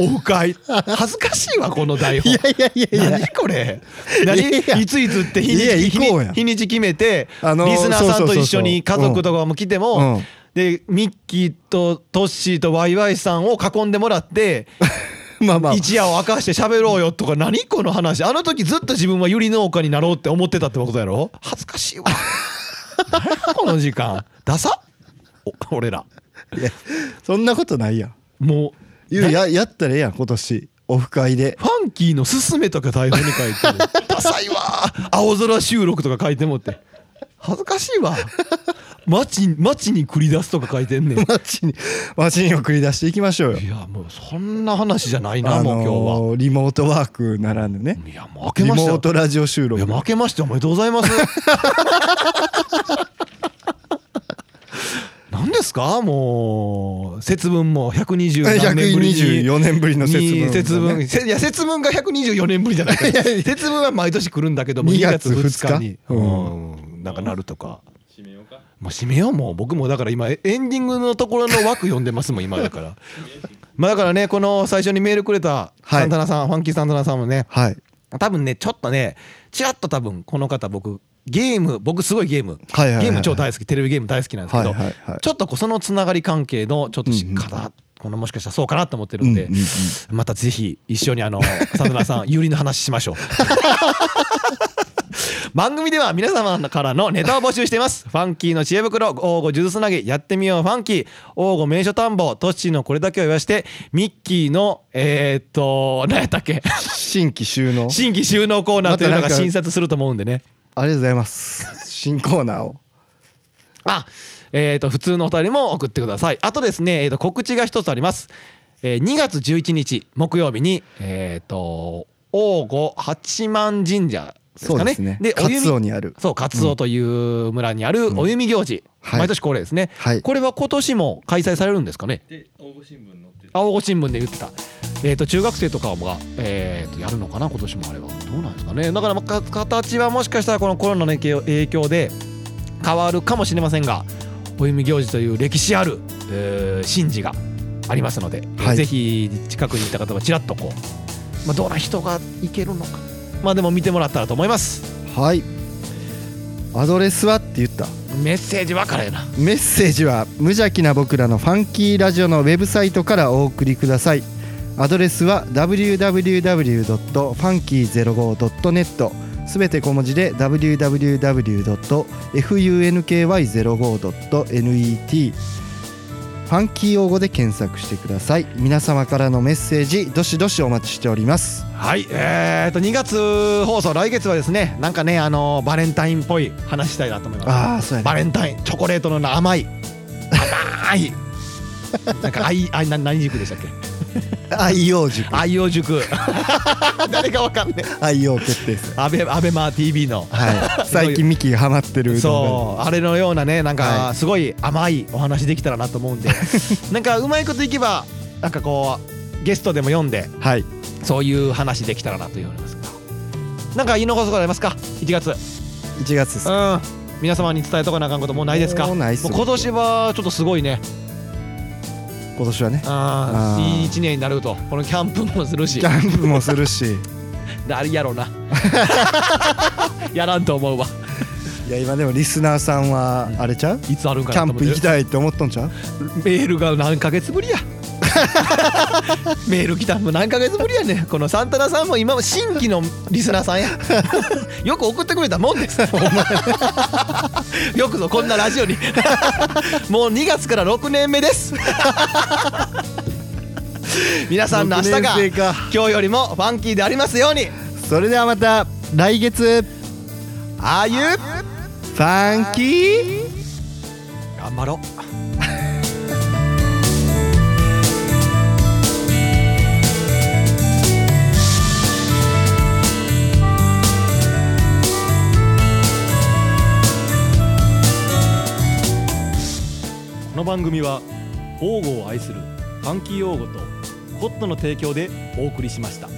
Speaker 2: オフ会恥ずかしいわこの台本
Speaker 1: いやいやいやいや
Speaker 2: 何これ何
Speaker 1: いやいや
Speaker 2: いついつって日に
Speaker 1: いや
Speaker 2: ち日
Speaker 1: 行こうや
Speaker 2: に日にち決めて、
Speaker 1: あのー
Speaker 2: リスナーさんと一緒に
Speaker 1: そう
Speaker 2: 家
Speaker 1: そうそうそう
Speaker 2: 族とかも来て
Speaker 1: う
Speaker 2: も、
Speaker 1: ん
Speaker 2: でミッキーとトッシーとワイワイさんを囲んでもらって
Speaker 1: まあまあ
Speaker 2: 一夜を明かして喋ろうよとか何この話あの時ずっと自分はゆり農家になろうって思ってたってことやろ恥ずかしいわ何やこの時間ダサお俺ら
Speaker 1: いやそんなことないやん
Speaker 2: もう
Speaker 1: ゆうややったらええやん今年オフ会で
Speaker 2: ファンキーの「すすめ」とか台本に書いて るダサいわ青空収録とか書いてもって恥ずかしいわ街街に繰り出すとか書いてんね んい
Speaker 1: 街に街に送り出していきましょうよ
Speaker 2: やもうそんな話じゃないな、も
Speaker 1: ー
Speaker 2: う今
Speaker 1: リモートワークならぬね
Speaker 2: 日はいやもう明け
Speaker 1: リ
Speaker 2: ま
Speaker 1: モ
Speaker 2: した
Speaker 1: ー
Speaker 2: よ
Speaker 1: トラジオ収録
Speaker 2: いや負けましておめでとうございます 何ですかもう節分も120何 年ぶりに
Speaker 1: 124年ぶりの節分
Speaker 2: に節分せいや節分が124年ぶりじゃ ないから節分は毎年来るんだけども2
Speaker 1: 2
Speaker 2: 月
Speaker 1: 月
Speaker 2: 2日に
Speaker 1: う
Speaker 2: うんなんかなるとか
Speaker 4: 締めようか
Speaker 2: もう締めようもう僕もだから今エエンディングのところの枠読んでますもん今 だからまあだからねこの最初にメールくれた
Speaker 1: はい
Speaker 2: サンタナさん、ファンキーサンタナさんもね
Speaker 1: はい
Speaker 2: 多分ねちょっとねちらっと多分この方僕ゲーム僕すごいゲーム、
Speaker 1: はいはいはい
Speaker 2: ゲーム超大好きテレビゲーム大好きなんですけど、
Speaker 1: はいはいはい
Speaker 2: ちょっとこうそのつながり関係のちょっとし
Speaker 1: うんうん
Speaker 2: 方、このもしかしたらそうかなと思ってるんで、
Speaker 1: うんうん
Speaker 2: またぜひ一緒 にあのサンドラさん有利の話しましょう 番組では皆様からのネタを募集していますファンキーの知恵袋王吾数珠つなぎやってみようファンキー王吾名所探訪トッシーのこれだけを言わしてミッキーのえー、っと何やったっけ
Speaker 1: 新規収納
Speaker 2: 新規収納コーナーというのが診察すると思うんでね。
Speaker 1: ありがとうございます新コーナーを
Speaker 2: あ、えっ、と普通のお便りも送ってください。あとですね、えっ、と告知が一つあります。えー、2月11日木曜日にえっ、と王吾八幡神社です
Speaker 1: そう
Speaker 2: かね。
Speaker 1: ですねカツオにある
Speaker 2: そうカツオという村にあるお弓行事、
Speaker 1: はい
Speaker 2: 毎年恒例ですね、
Speaker 1: はい
Speaker 2: これは今年も開催されるんですかね
Speaker 4: で応募新聞載ってた
Speaker 2: 青子新聞で言ってた、えー、と中学生とかが、えー、とやるのかな今年もあれはどうなんですかねだから、まあか形はもしかしたらこのコロナの影響影響で変わるかもしれませんがお弓行事という歴史ある、えー神事がありますので、えー
Speaker 1: はい
Speaker 2: ぜひ近くにいた方はちらっとこう、まあ、どんな人が行けるのかまあでも見てもらったらと思います
Speaker 1: はいアドレスはって言った
Speaker 2: メッセージはからやな
Speaker 1: メッセージは無邪気な僕らのファンキーラジオのウェブサイトからお送りくださいアドレスは www.funky05.net すべて小文字で www.funky05.net ファンキー用語で検索してください皆様からのメッセージどしどしお待ちしております
Speaker 2: はい、えー、と2月放送来月はですねなんかねあのバレンタインっぽい話したいなと思います
Speaker 1: ああそうやね
Speaker 2: バレンタインチョコレートのな甘い甘いなんか愛愛な何塾でしたっけ
Speaker 1: 愛用塾
Speaker 2: 愛用塾 誰かわかんねえ
Speaker 1: 愛用決定戦
Speaker 2: アベアベマ TV の
Speaker 1: はい最近ミキがハマってるうどんが
Speaker 2: そうあれのようなねなん
Speaker 1: は
Speaker 2: かすごい甘いお話できたらなと思 うんでなんかうまいこといけばなんかこうゲストでも読んで
Speaker 1: はい
Speaker 2: そういう話できたらなという思いますがなんか言い残すことありますか1月
Speaker 1: 1月です
Speaker 2: うん皆様に伝えとかなあかんこともうないですか
Speaker 1: もうないっす
Speaker 2: もう今年はちょっとすごいね
Speaker 1: 今年はね
Speaker 2: あ
Speaker 1: あ
Speaker 2: ー
Speaker 1: ー
Speaker 2: いい一年になるとこのキャンプもするし
Speaker 1: キャンプもす るし
Speaker 2: あれやろうなやらんと思うわ
Speaker 1: いや今でもリスナーさんはあれちゃう、
Speaker 2: いつあるんか
Speaker 1: キャ
Speaker 2: なと
Speaker 1: ン
Speaker 2: 思っ
Speaker 1: プ
Speaker 2: て
Speaker 1: 行きたいって思っとんちゃう
Speaker 2: メールが何ヶ月ぶりや メール来たもう何ヶ月ぶりやねこのサンタナさんも今も新規のリスナーさんやよく送ってくれたもんですよくぞこんなラジオにもう2月から6年目です 皆さんの明日が
Speaker 1: 6年生か
Speaker 2: 今日よりもファンキーでありますように
Speaker 1: それではまた来月フ
Speaker 2: ああいう
Speaker 1: ァンキー
Speaker 2: 頑張ろうこの番組は王語を愛するファンキー王語とコットの提供でお送りしました。